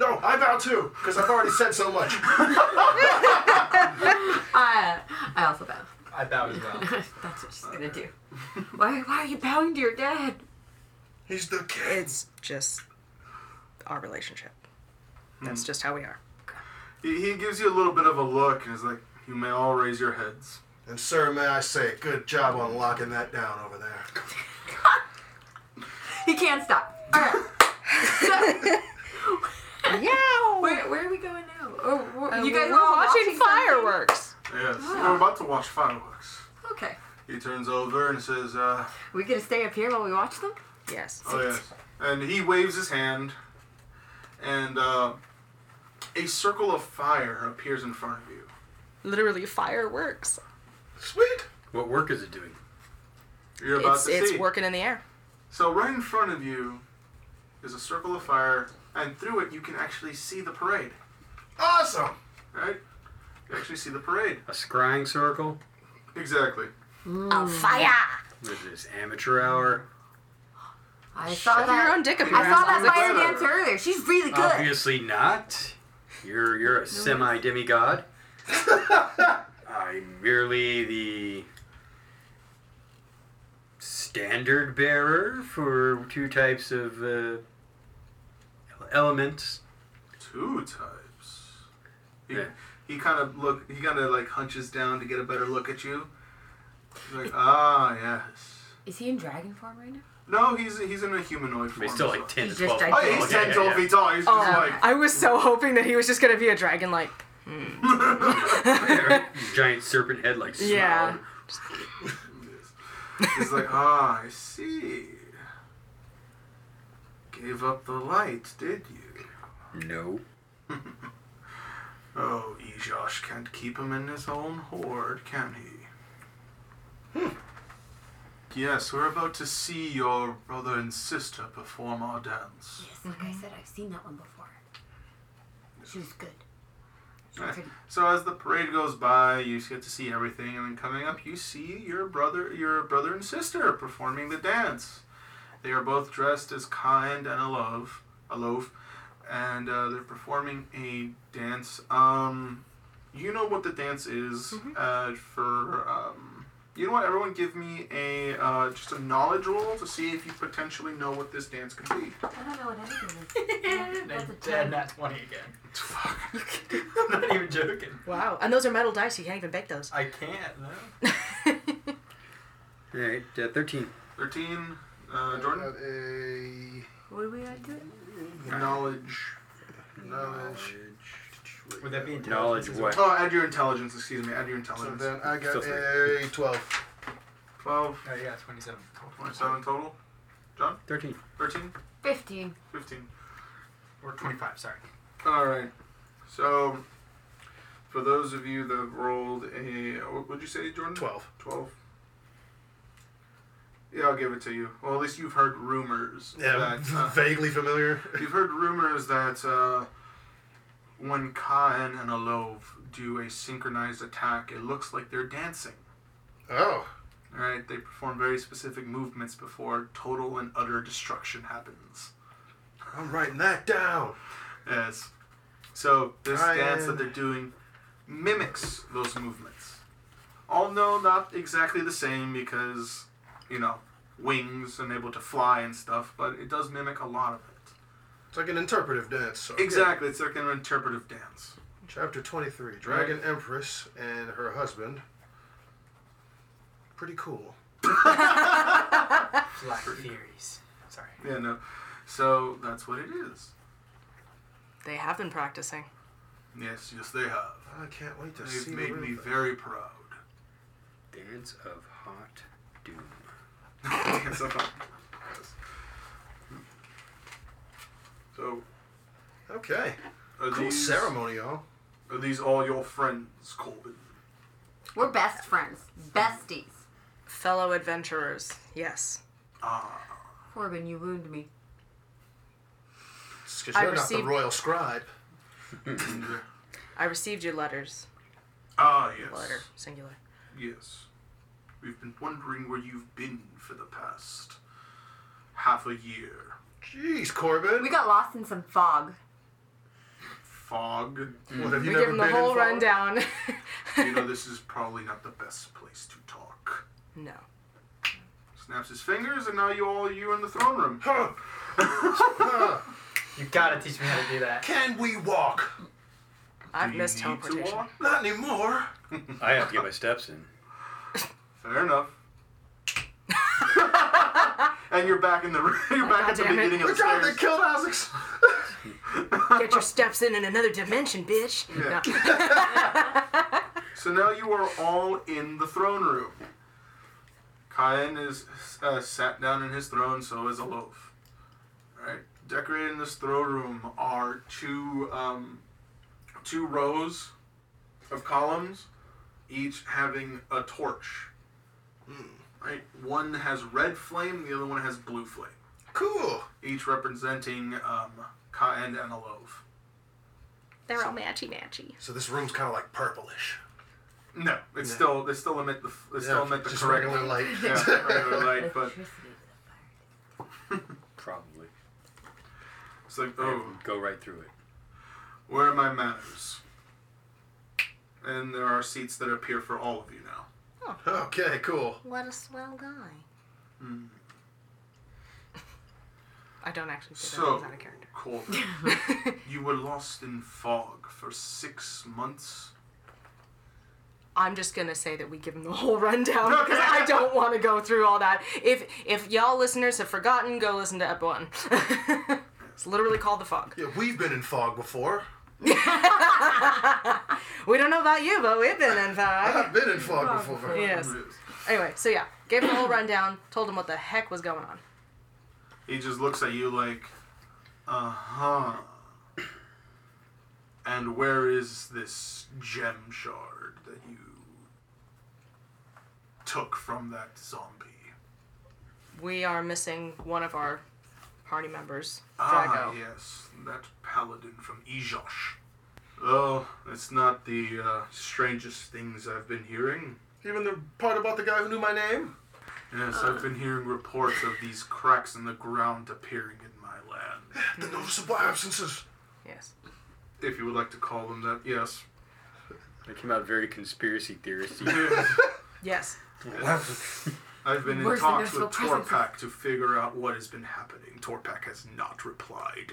S2: No, I vow too, because I've already said so much.
S3: Uh, I also bow.
S6: I bow as well.
S3: That's what she's gonna do. Why, why are you bowing to your dad?
S2: He's the kid.
S4: It's just our relationship. That's just how we are.
S1: He, he gives you a little bit of a look and is like, you may all raise your heads.
S2: And sir, may I say, good job on locking that down over there.
S3: He can't stop. Alright. So,
S4: Yeah.
S3: where, where are we going now? Oh, we're- you guys
S4: were
S3: are all
S4: watching
S3: something?
S4: fireworks.
S1: Yes. We're about to watch fireworks.
S3: Okay.
S1: He turns over and says, uh,
S3: We gonna stay up here while we watch them?
S4: Yes.
S1: oh yes. And he waves his hand, and uh, a circle of fire appears in front of you.
S4: Literally fireworks.
S2: Sweet.
S5: What work is it doing?
S1: You're about
S4: It's
S1: to
S4: it's
S1: see.
S4: working in the air.
S1: So right in front of you is a circle of fire, and through it you can actually see the parade.
S2: Awesome.
S1: Right? You actually see the parade.
S5: A scrying circle?
S1: Exactly.
S3: Oh,
S7: On fire.
S3: Hmm.
S5: What is this, amateur hour?
S3: I saw
S4: Have
S3: that.
S4: your own dick up your
S3: I saw
S4: ass.
S3: that
S1: Like-
S3: fire dancer earlier. She's really good.
S5: Obviously not. You're you're a semi demigod. I'm merely the standard bearer for two types of uh, elements.
S1: Two types. He,
S5: Yeah.
S1: he kind of look. He kind of like hunches down to get a better look at you. He's like, ah, yes.
S3: Is he in dragon form right now?
S1: No, he's he's in a humanoid form.
S5: But he's still
S1: so-
S5: like ten
S3: He's
S5: to
S3: just
S5: twelve.
S1: Oh,
S3: gigantic.
S1: he's
S5: feet tall. Yeah,
S1: ten,
S5: yeah,
S1: twelve
S5: yeah.
S1: feet tall. He's just like,
S4: I was so hoping that he was just gonna be a dragon, like
S5: Giant serpent head like
S4: yeah.
S5: snarled.
S1: he's like, ah, I see. Gave up the light, did you?
S5: No.
S1: Oh, Ejosh can't keep him in his own hoard, can he? Yes, we're about to see your brother and sister perform our dance.
S3: Yes, like I said, I've seen that one before. She was good. She was
S1: Nice.
S3: pretty.
S1: So as the parade goes by, you get to see everything, and then coming up, you see your brother, your brother and sister performing the dance. They are both dressed as kind and aloof, aloof, and uh, they're performing a dance. Um, you know what the dance is uh, for um, You know what? Everyone, give me a uh, just a knowledge roll to see if you potentially know what this dance could be.
S3: I don't know what anything is. That's a
S6: Dead
S3: 10.
S6: nat 20 again. Fuck. I'm not even joking.
S4: Wow. And those are metal dice. You can't even bake those.
S6: I can't, no.
S5: All right, uh, 13.
S1: Thirteen, uh, Jordan.
S2: Got a
S3: What do we add to it?
S1: Knowledge.
S2: knowledge.
S6: Would that be intelligence?
S5: Knowledge
S6: as
S5: what?
S1: Oh, add your intelligence. Excuse me. Add your
S2: So
S1: intelligence.
S2: then I
S5: Still
S2: got
S5: three.
S2: a 12.
S1: 12,
S6: well? Oh, yeah, 27. total.
S1: 27 total.
S5: 13.
S1: 13,
S3: 15.
S1: 15.
S6: Or 25, sorry.
S1: All right. So, for those of you that rolled a, what would you say, Jordan?
S2: 12.
S1: 12. Yeah, I'll give it to you. Well, at least you've heard rumors.
S2: Yeah,
S1: That, uh,
S2: vaguely familiar.
S1: you've heard rumors that uh, when Kaan and Alov do a synchronized attack, it looks like they're dancing.
S2: Oh.
S1: All right, they perform very specific movements before total and utter destruction happens.
S2: I'm writing that down.
S1: Yes. So this
S2: I
S1: dance
S2: am-
S1: that they're doing mimics those movements. Although not exactly the same because, you know, wings and able to fly and stuff, but it does mimic a lot of it.
S2: It's like an interpretive dance. Okay.
S1: Exactly, it's like an interpretive dance.
S2: Chapter 23 Dragon Empress and her husband. Pretty cool.
S6: Black theories. Sorry.
S1: Yeah, no. So that's what it is.
S4: They have been practicing.
S1: Yes, yes, they have.
S2: I can't wait to
S1: They've
S2: see
S1: made
S2: the
S1: me
S2: real thing.
S1: very proud.
S5: Dance of Hot Doom.
S1: Yes, I thought- yes. so,
S2: Okay.
S1: are
S2: Cool
S1: these,
S2: ceremony, y'all.
S1: Are these all your friends, Colvin?
S3: We're best friends. Besties.
S4: Fellow adventurers. Yes.
S1: Ah.
S3: Corbin, you wound me.
S2: It's 'cause
S4: I
S2: you're not
S4: received-
S2: the royal scribe.
S4: I received your letters.
S1: Ah, yes.
S4: Letter. Singular.
S1: Yes. We've been wondering where you've been for the past half a year.
S2: Jeez, Corbin.
S3: We got lost in some fog.
S1: Fog.
S2: what, have you
S4: we
S2: never
S4: give them the
S2: been
S4: whole
S2: involved?
S4: rundown.
S1: you know, this is probably not the best place to talk.
S4: no.
S1: Snaps his fingers, and now you all you in the throne room.
S2: Huh. Huh.
S6: You gotta teach me how to do that.
S2: Can we walk?
S4: I've
S1: Do you
S4: missed
S1: need to
S4: teleportation.
S1: walk?
S2: Not anymore.
S5: I have to get my steps in.
S1: Fair enough. and you're back in the room. You're back at the
S4: Goddamn it.
S1: beginning of the
S2: The guy that
S1: stairs.
S2: killed Isaac's.
S4: Get your steps in in another dimension, bitch. No.
S1: So now you are all in the throne room. Kyan is uh, sat down in his throne, so is Alof. Alright. Decorating this throne room are two um, two rows of columns, each having a torch.
S4: Hmm.
S1: Right? One has red flame, the other one has blue flame.
S2: Cool.
S1: Each representing um, Kyan and Alof.
S7: They're all matchy matchy.
S2: So this room's kind of like purplish.
S1: No, it's
S2: Yeah.
S1: still they still emit the f- they still emit the
S2: just
S1: correct
S2: regular light.
S1: yeah, regular light, but
S3: Electricity.
S5: Probably.
S1: It's like,
S5: I
S1: oh,
S5: would go right through it.
S1: where are my manners? And there are seats that appear for all of you now.
S2: okay, cool.
S7: What a swell guy.
S1: Mm.
S4: I don't actually say that.
S1: So-
S4: It's out of character.
S1: Cool. you were lost in fog for six months.
S4: I'm just gonna say that we give them the whole rundown because I don't want to go through all that. If if y'all listeners have forgotten, go listen to Ep One. it's literally called the fog.
S2: Yeah, we've been in fog before.
S4: We don't know about you, but we've been in fog.
S2: I've been in fog before.
S4: Yes. Anyway, so yeah, gave them the whole rundown. Told them what the heck was going on.
S1: He just looks at you like, uh huh. And where is this gem shard that you took from that zombie?
S4: We are missing one of our party members,
S1: Ah,
S4: Drago.
S1: yes, that paladin from Ijosh. Oh, it's not the uh, strangest things I've been hearing.
S2: Even the part about the guy who knew my name.
S1: Yes, I've been hearing reports of these cracks in the ground appearing in my land.
S2: The noticeable absences.
S4: Yes.
S1: If you would like to call them that, yes.
S5: That came out very conspiracy theoristy.
S1: Yes.
S4: Yes.
S1: I've been in
S3: Where's the
S1: talks
S3: national
S1: with
S3: presence?
S1: Torpak to figure out what has been happening. Torpak has not replied.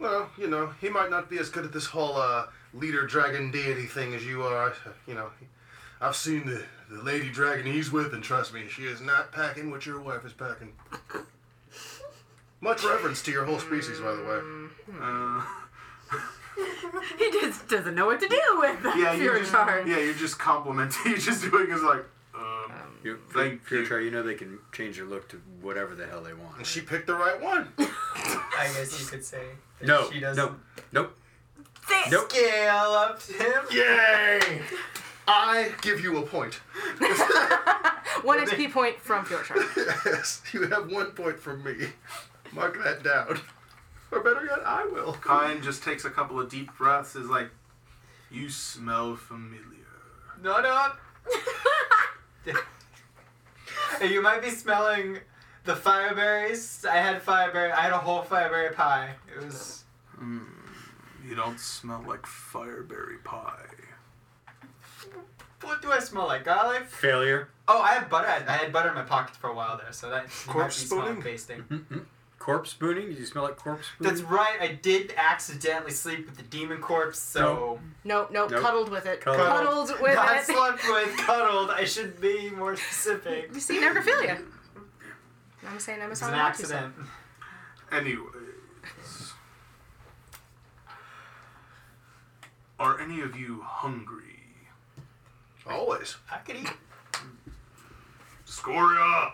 S2: Well, you know, he might not be as good at this whole uh, leader dragon deity thing as you are. You know, I've seen the, the lady dragon he's with, and trust me, she is not packing what your wife is packing. Much reverence to your whole species, by the way.
S1: Uh,
S3: He just doesn't know what to do with that
S1: yeah,
S3: pure
S1: you just,
S3: charm.
S1: yeah, you're just complimenting. You're just doing is like, um,
S5: You,
S1: Thank
S5: Pure
S1: you.
S5: Char, you know they can change their look to whatever the hell they want.
S2: And
S5: right?
S2: she picked the right one.
S6: I guess you could say. that
S5: no,
S6: She doesn't
S5: no, nope.
S3: Say-
S5: Nope.
S6: Scale up to him.
S2: Yay! I give you a point.
S4: One XP point from Pure Charm.
S2: Yes, you have one point from me. Mark that down. Or better yet, I will.
S1: Kyan just takes a couple of deep breaths. Is like, you smell familiar.
S6: No, no. you might be smelling the fireberries. I had fireberry. I had a whole fireberry pie. It was.
S1: You don't smell like fireberry pie.
S6: What do I smell like? Garlic?
S5: Failure.
S6: Oh, I had butter. I had butter in my pocket for a while there, so that you might be
S2: Corpse
S6: smelling
S2: spooning?
S6: basting.
S5: Corpse spooning? Did you smell like corpse spooning?
S6: That's right. I did accidentally sleep with the demon corpse, so
S4: Nope, nope,
S5: Nope.
S4: cuddled with it.
S5: Cuddled.
S4: Cuddled, with
S6: not
S4: it.
S6: slept with, cuddled. I should be more specific.
S4: You see, necrophilia. I'm saying I'm a
S6: It's an
S4: solid rock to
S6: accident.
S1: Anyways, are any of you hungry?
S2: Always.
S6: I could eat.
S1: Scoria.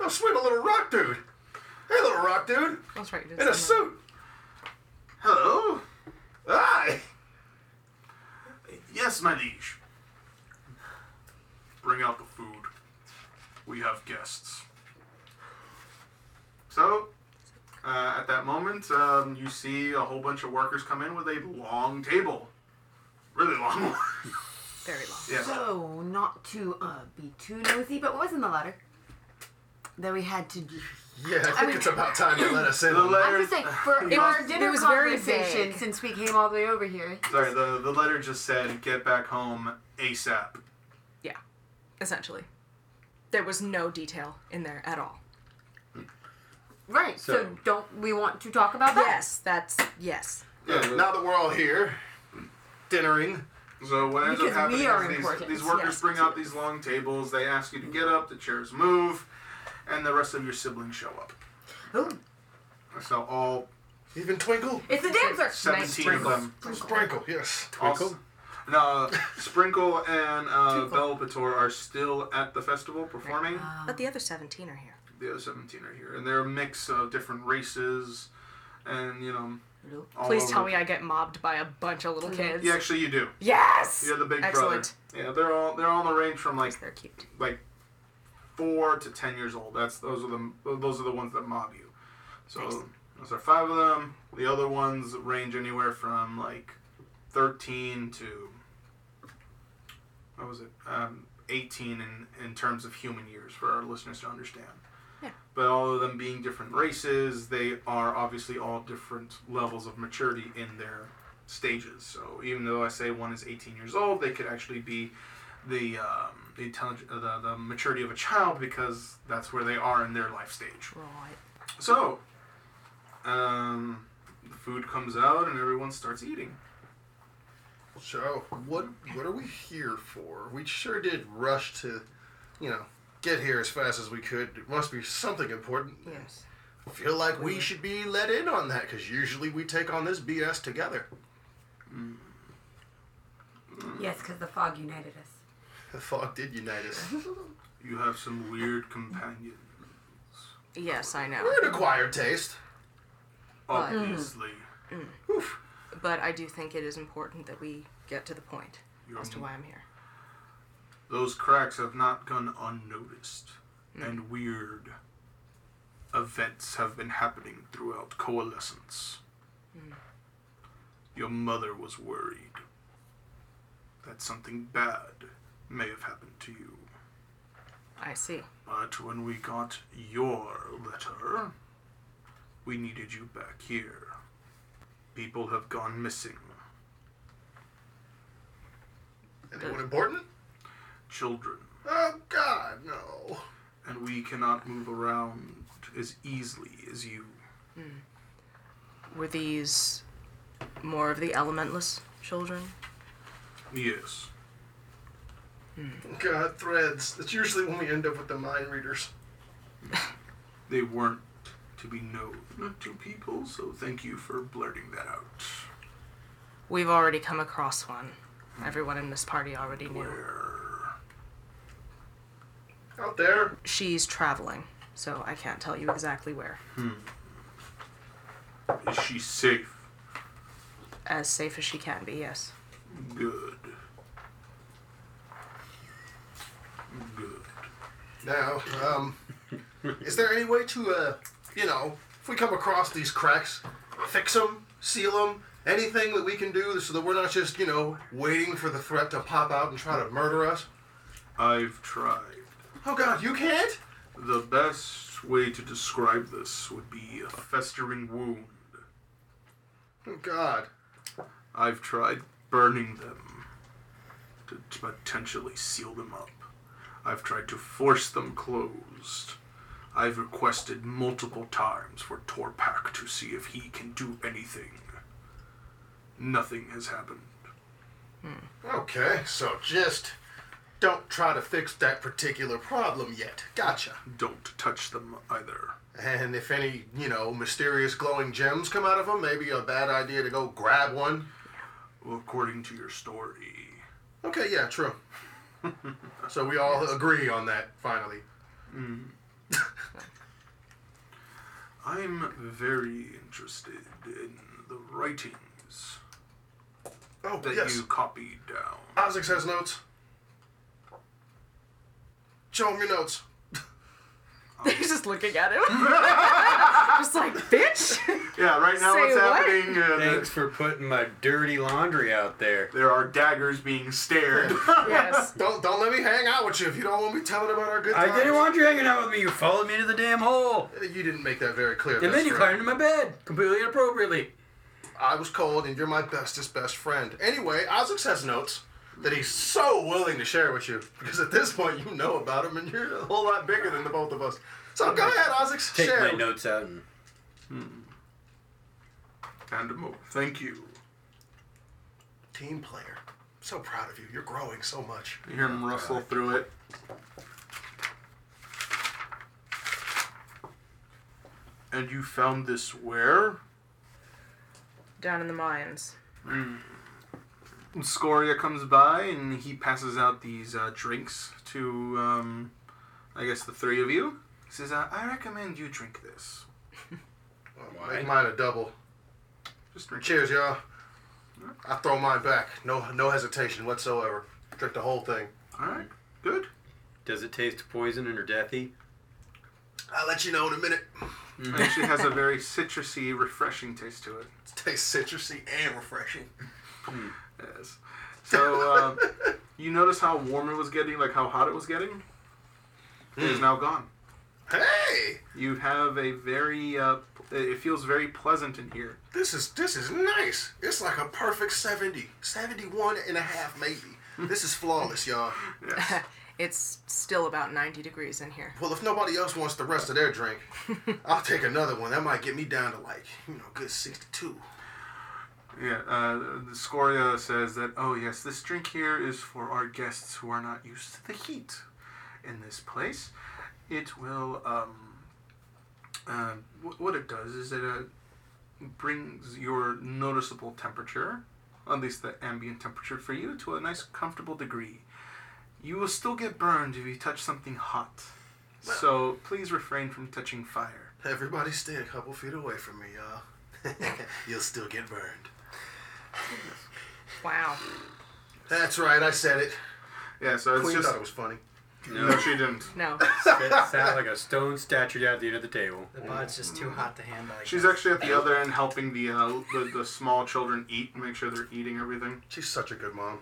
S2: Oh, sweet, a little rock dude. Hey, little rock dude.
S4: some- That's right. you did
S2: In a
S4: say that.
S2: suit.
S1: Hello.
S2: Aye.
S1: Yes, my liege. Bring out the food. We have guests. So, uh, at that moment, um, you see a whole bunch of workers come in with a long table. Really long one.
S4: Very long.
S1: yes.
S3: So, not to uh, be too nosy, but what was in the letter? That we had to.
S2: Yeah, I think
S3: mean-
S2: it's about time you let us in.
S1: The
S2: on
S1: letter,
S3: I'm just saying, for
S1: It
S3: our
S4: was-
S3: dinner
S4: it was very
S3: conversation,
S4: vague.
S3: since we came all the way over here,
S1: sorry, the, the letter just said, get back home ASAP.
S4: Essentially. There was no detail in there at all.
S3: right? So,
S5: So-
S3: don't we want to talk about that?
S4: Yes, that's yes.
S2: that. Yeah, now that we're all here, dinnering.
S1: So what ends up
S3: Because
S1: happening
S3: we are
S1: is these,
S3: important,
S1: these workers
S4: yes,
S1: bring out these long tables, they ask you to get up, the chairs move, and the rest of your siblings show up.
S3: Ooh,
S1: So all
S2: Even Twinkle.
S3: it's the dancer.
S1: 17 of
S2: Sprinkle.
S1: them.
S2: Sprinkle, yes.
S1: Also- No, uh, Sprinkle and uh, Belle Pator are still at the festival performing.
S4: But the other 17 are here.
S1: The other 17 are here. And they're a mix of different races and, you know. all
S4: Please
S1: over.
S4: tell me I get mobbed by a bunch of little kids.
S1: Yeah, actually, you do.
S4: Yes!
S1: You're the big
S4: Excellent.
S1: brother. Yeah, they're all they're all in the range from like
S4: They're cute.
S1: like four to ten years old. That's those are the those are the ones that mob you. So those are five of them. The other ones range anywhere from like thirteen to what was it? Um, eighteen in in terms of human years for our listeners to understand.
S4: Yeah.
S1: But all of them being different races, they are obviously all different levels of maturity in their stages. So even though I say one is 18 years old, they could actually be the um, the, intellig- uh, the the maturity of a child because that's where they are in their life stage.
S4: Right.
S1: So, um, the food comes out and everyone starts eating.
S2: So, what what are we here for? We sure did rush to, you know, get here as fast as we could. It must be something important.
S4: Yes.
S2: I feel like we should be let in on that because usually we take on this BS together.
S3: Yes, because the fog united us.
S2: The fog did unite us.
S1: You have some weird companion,
S4: Yes, I know.
S2: We're an acquired taste.
S1: obviously.
S4: But I do think it is important that we get to the point
S1: You're-
S4: as to why I'm here.
S1: Those cracks have not gone unnoticed, and weird events have been happening throughout coalescence. Your mother was worried that something bad may have happened to you.
S4: I see.
S1: But when we got your letter, we needed you back here. People have gone missing.
S2: Anyone important?
S1: children,
S2: Oh God, no.
S1: and we cannot move around as easily as you.
S4: Were these more of the elementless children?
S1: Yes.
S2: God, threads. That's usually when we end up with the mind readers.
S1: They weren't to be known to people, so thank you for blurting that out.
S4: We've already come across one. Everyone in this party already knew.
S1: Where?
S2: Out there.
S4: She's traveling, so I can't tell you exactly where.
S1: Is she safe?
S4: As safe as she can be, yes.
S1: Good. Good.
S2: Now, um, is there any way to, uh, you know, if we come across these cracks, fix them, seal them, anything that we can do so that we're not just, you know, waiting for the threat to pop out and try to murder us?
S1: I've tried.
S2: Oh God, you can't.
S1: The best way to describe this would be a festering wound.
S2: Oh God.
S1: I've tried burning them to, to potentially seal them up. I've tried to force them closed. I've requested multiple times for Torpak to see if he can do anything. Nothing has happened.
S2: Okay, so just don't try to fix that particular problem yet. Gotcha.
S1: Don't touch them either.
S2: And if any, you know, mysterious glowing gems come out of them, maybe a bad idea to go grab one.
S1: Well, according to your story,
S2: Okay, yeah, true. so we all agree on that finally.
S1: I'm very interested in the writings
S2: Oh,
S1: that
S2: yes.
S1: you copied down.
S2: Isaacs has notes. Show him your notes.
S1: Oh.
S4: He's just looking at him. just like, bitch!
S1: Yeah, right now
S4: Say
S1: what's
S4: what?
S1: happening? Uh,
S5: Thanks
S1: the,
S5: for putting my dirty laundry out there.
S1: there are daggers being stared.
S4: yes.
S2: Don't don't let me hang out with you if you don't want me telling about our good
S5: I
S2: times.
S5: didn't want you hanging out with me. You followed me to the damn hole.
S2: You didn't make that very clear.
S5: And
S2: that's
S5: then you
S2: right.
S5: climbed into my bed completely inappropriately.
S2: I was cold, and you're my bestest best friend. Anyway, Isaacs has notes that he's so willing to share with you because at this point you know about him, and you're a whole lot bigger than the both of us. So go ahead, Isaacs,
S5: Take
S2: share.
S5: my notes out and
S1: and more. Thank you.
S2: Team player, so proud of you. You're growing so much.
S1: You hear him rustle through it. And you found this where?
S4: Down in the mines.
S1: And Scoria comes by and he passes out these uh, drinks to, um, I guess, the three of you. He says, uh, I recommend you drink this.
S2: Well, Make mine a double.
S1: Just drink it.
S2: Cheers, y'all. I throw mine back. No, no hesitation whatsoever. Drink the whole thing.
S1: All right, good.
S5: does it taste poison or deathy?
S2: I'll let you know in a minute.
S1: It actually has a very citrusy, refreshing taste to it.
S2: It tastes citrusy and refreshing.
S1: Yes. So uh, you notice how warm it was getting, like how hot it was getting. It is now gone.
S2: Hey,
S1: You have a very. Uh, p- it feels very pleasant in here.
S2: this is this is nice. It's like a perfect 70, 71 and a half maybe. This is flawless, y'all.
S1: Yes.
S4: It's still about 90 degrees in here.
S2: Well, if nobody else wants the rest of their drink, I'll take another one. That might get me down to like, you know, good 62.
S1: yeah. Uh, the Scoria says that. Oh yes, this drink here is for our guests who are not used to the heat in this place. It will. Um, uh, wh- what it does is it uh, brings your noticeable temperature, at least the ambient temperature for you, to a nice comfortable degree. You will still get burned if you touch something hot. So please refrain from touching fire.
S2: Everybody stay a couple feet away from me, y'all. You'll still get burned.
S4: Wow.
S2: That's right, I said it.
S1: Yeah, so it's
S2: Queen
S1: just
S2: thought it was funny.
S1: no, she didn't.
S4: No.
S5: It sat like a stone statue at the end of the table.
S6: The pod's just too hot to handle. I
S1: She's
S6: guess.
S1: actually at the other end helping the uh, the, the small children eat, make sure they're eating everything.
S2: She's such a good mom.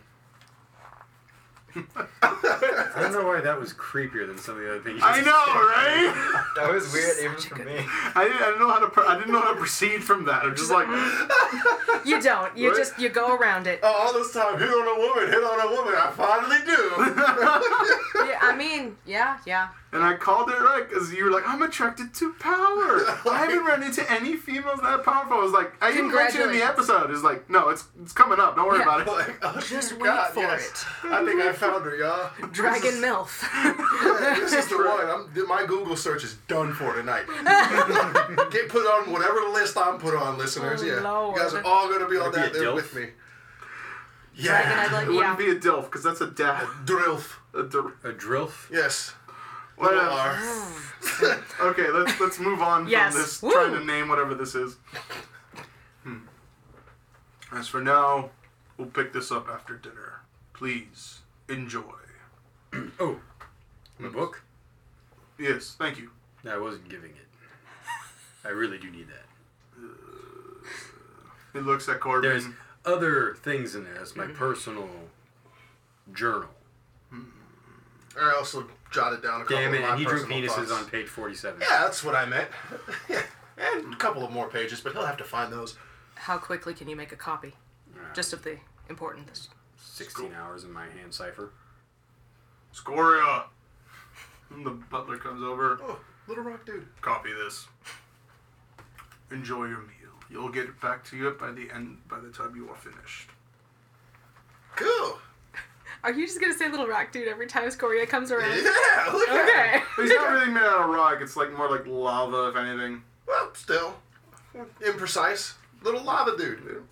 S5: I don't know why that was creepier than some of the other things. you
S1: I
S5: just
S1: know,
S5: said.
S1: right?
S6: That was weird, even for me.
S1: I didn't, I didn't know how to. Pro- I didn't know how to proceed from that. I'm just like,
S4: You don't. You
S1: Right?
S4: just you go around it.
S2: Oh, all this time, hit on a woman, hit on a woman. I finally do.
S4: Yeah, I mean, yeah, yeah.
S1: and I called it right because you were like, I'm attracted to power. I haven't run into any females that powerful. I was like, I even mentioned it in the
S4: Congratulations.
S1: episode. It's like, no, it's it's coming up. Don't worry
S4: Yeah.
S1: about it.
S2: like, oh,
S4: Just
S2: dear
S4: wait for it.
S2: I think I found her, y'all.
S4: Dragon MILF.
S2: This is the one. I'm, my Google search is done for tonight. Get put on whatever list I'm put on, listeners.
S4: Oh,
S2: yeah,
S4: Lord.
S2: you guys are all gonna be on
S5: Would it be
S2: that
S5: a
S2: there
S5: DILF?
S2: with me.
S4: Dragon, I'd
S2: Yeah,
S4: like-
S1: It wouldn't
S4: yeah.
S1: be a dilf because that's a dad.
S2: Drilf.
S1: A dir-
S5: A drilf?
S2: Yes.
S1: What
S2: You
S1: else?
S2: are.
S4: Oh.
S1: Okay, let's let's move on
S4: Yes.
S1: from this
S4: Woo.
S1: trying to name whatever this is. Hmm. As for now, we'll pick this up after dinner. Please enjoy.
S5: Oh,
S2: Mm.
S5: my book?
S1: Yes, thank you.
S5: No, I wasn't giving it. I really do need that.
S1: He looks at Corbin.
S5: There's
S2: Mm.
S5: other things in there. That's my personal journal.
S2: I also jotted down a couple
S5: Damn it,
S2: of my
S5: and he drew
S2: personal
S5: penises
S2: thoughts.
S5: on page 47.
S2: Yeah, that's what I meant. yeah, and a couple of more pages, but he'll have to find those.
S4: How quickly can you make a copy? Just of the importance.
S5: 16 Ah, hours in my hand cipher.
S1: Scoria. And the butler comes over.
S2: Oh, Little Rock dude.
S1: Copy this. Enjoy your meal. You'll get it back to you by the end. By the time you are finished.
S2: Cool.
S4: Are you just gonna say Little Rock Dude every time Scoria comes around?
S2: Yeah, look at that.
S4: Okay.
S1: But he's not really made out of rock. It's like more like lava, if anything.
S2: Well, still. Imprecise. Little lava dude.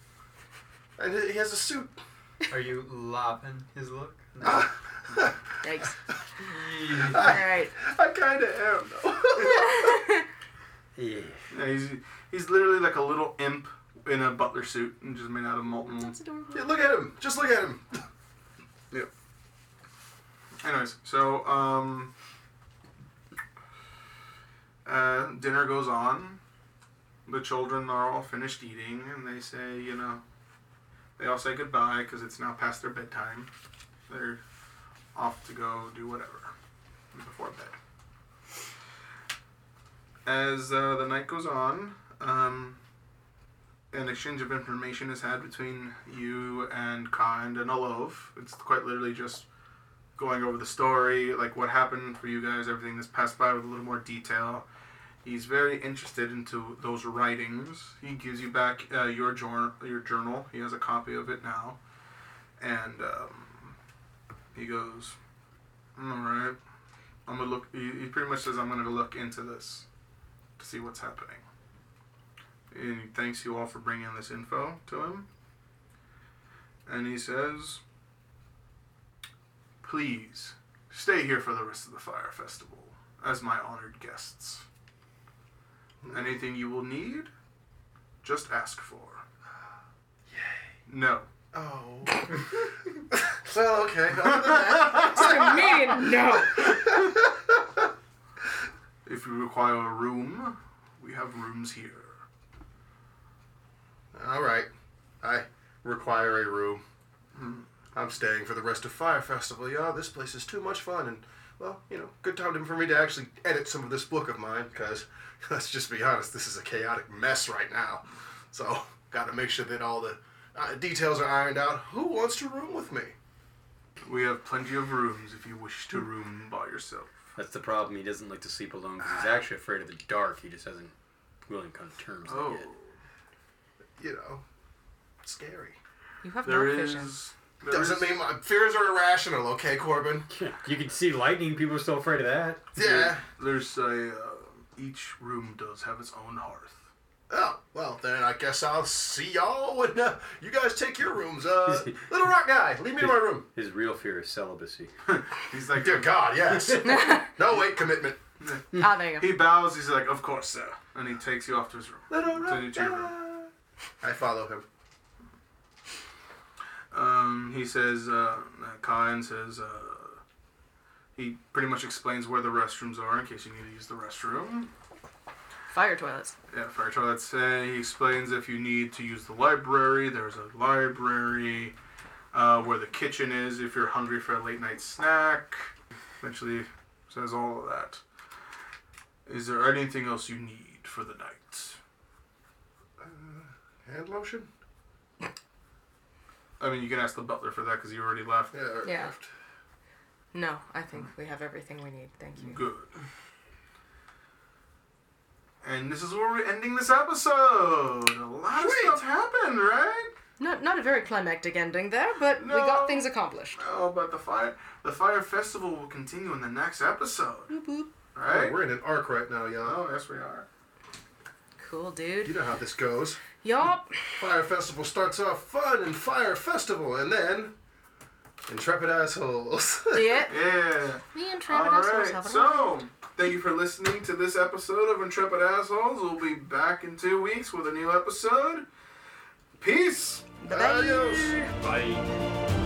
S2: And he he has a suit.
S6: Are you lopping his look?
S4: Yikes.
S6: No.
S4: All right.
S2: I kind of am, though.
S5: Yeah.
S1: Yeah, he's he's literally like a little imp in a butler suit and just made out of molten. wool.
S2: Yeah, look at him. Just look at him.
S1: Anyways, so um, uh, dinner goes on. The children are all finished eating, and they say, you know, they all say goodbye because it's now past their bedtime. They're off to go do whatever before bed. As uh, the night goes on, um, an exchange of information is had between you and Kind and Alov. It's quite literally just going over the story, like what happened for you guys, everything that's passed by with a little more detail. He's very interested into those writings. He gives you back uh, your journal. Your journal. He has a copy of it now, and um, he goes, "Mm, "All right, I'm gonna look." He, he pretty much says, "I'm gonna go look into this to see what's happening." And he thanks you all for bringing this info to him. And he says, Please stay here for the rest of the fire festival as my honored guests. Anything you will need, just ask for. Yay. No.
S2: Oh. well, okay. Other than that,
S4: I mean, no.
S1: If you require a room, we have rooms here.
S2: All right. I require a room. I'm staying for the rest of Fire Festival, y'all. This place is too much fun, and well, you know, good time to, for me to actually edit some of this book of mine because let's just be honest, this is a chaotic mess right now. So, got to make sure that all the uh, details are ironed out. Who wants to room with me?
S1: We have plenty of rooms if you wish to room by yourself.
S5: That's the problem. He doesn't like to sleep alone 'cause
S2: Ah.
S5: he's actually afraid of the dark. He just hasn't willing to come to terms with
S1: Oh,
S5: it yet.
S2: You know, scary.
S4: You have
S1: there
S4: no
S1: is.
S4: vision.
S1: there
S2: Doesn't
S1: is-
S2: mean my fears are irrational, okay, Corbin?
S5: Yeah, You can see lightning. People are still afraid of that.
S2: Yeah.
S1: There's a. Uh, each room does have its own hearth.
S2: Oh, well, then I guess I'll see y'all when uh, you guys take your rooms. Uh, Little Rock Guy, leave me in my room.
S5: His real fear is celibacy.
S1: He's like,
S2: Dear God, yes. no, wait, commitment.
S4: Ah, there you go.
S1: he bows. He's like, of course, sir, and he takes you off to his room.
S2: Little
S1: To the
S2: Rock
S1: chamber.
S2: Guy. I follow him.
S1: Um, he says, uh, Kyan says, uh, he pretty much explains where the restrooms are in case you need to use the restroom.
S4: Fire toilets.
S1: Yeah, fire toilets. Uh, he explains if you need to use the library, there's a library. uh, where the kitchen is if you're hungry for a late night snack. Eventually, says all of that. Is there anything else you need for the night?
S2: Hand lotion?
S1: I mean, you can ask the butler for that because he already left.
S2: Yeah. or
S4: Yeah.
S2: gift.
S4: No, I think we have everything we need. Thank you.
S1: Good. And this is where we're ending this episode. A lot of stuff happened, right?
S4: Not not a very climactic ending there, but we
S1: No.
S4: got things accomplished.
S1: Oh, but the fire, the fire festival will continue in the next episode.
S4: Boop, boop.
S1: Right?
S2: Oh, We're in an arc right now, y'all.
S1: Oh, yes, we are.
S4: Cool,
S2: You
S4: dude.
S2: know how this goes.
S4: Yup.
S2: Fire Festival starts off fun and Fire Festival, and then intrepid assholes.
S4: Yeah.
S1: Yeah.
S7: Me and Trevor
S1: All
S7: also
S1: right.
S7: have
S1: So, thank you for listening to this episode of Intrepid Assholes. We'll be back in two weeks with a new episode. Peace.
S2: Adios.
S5: Bye.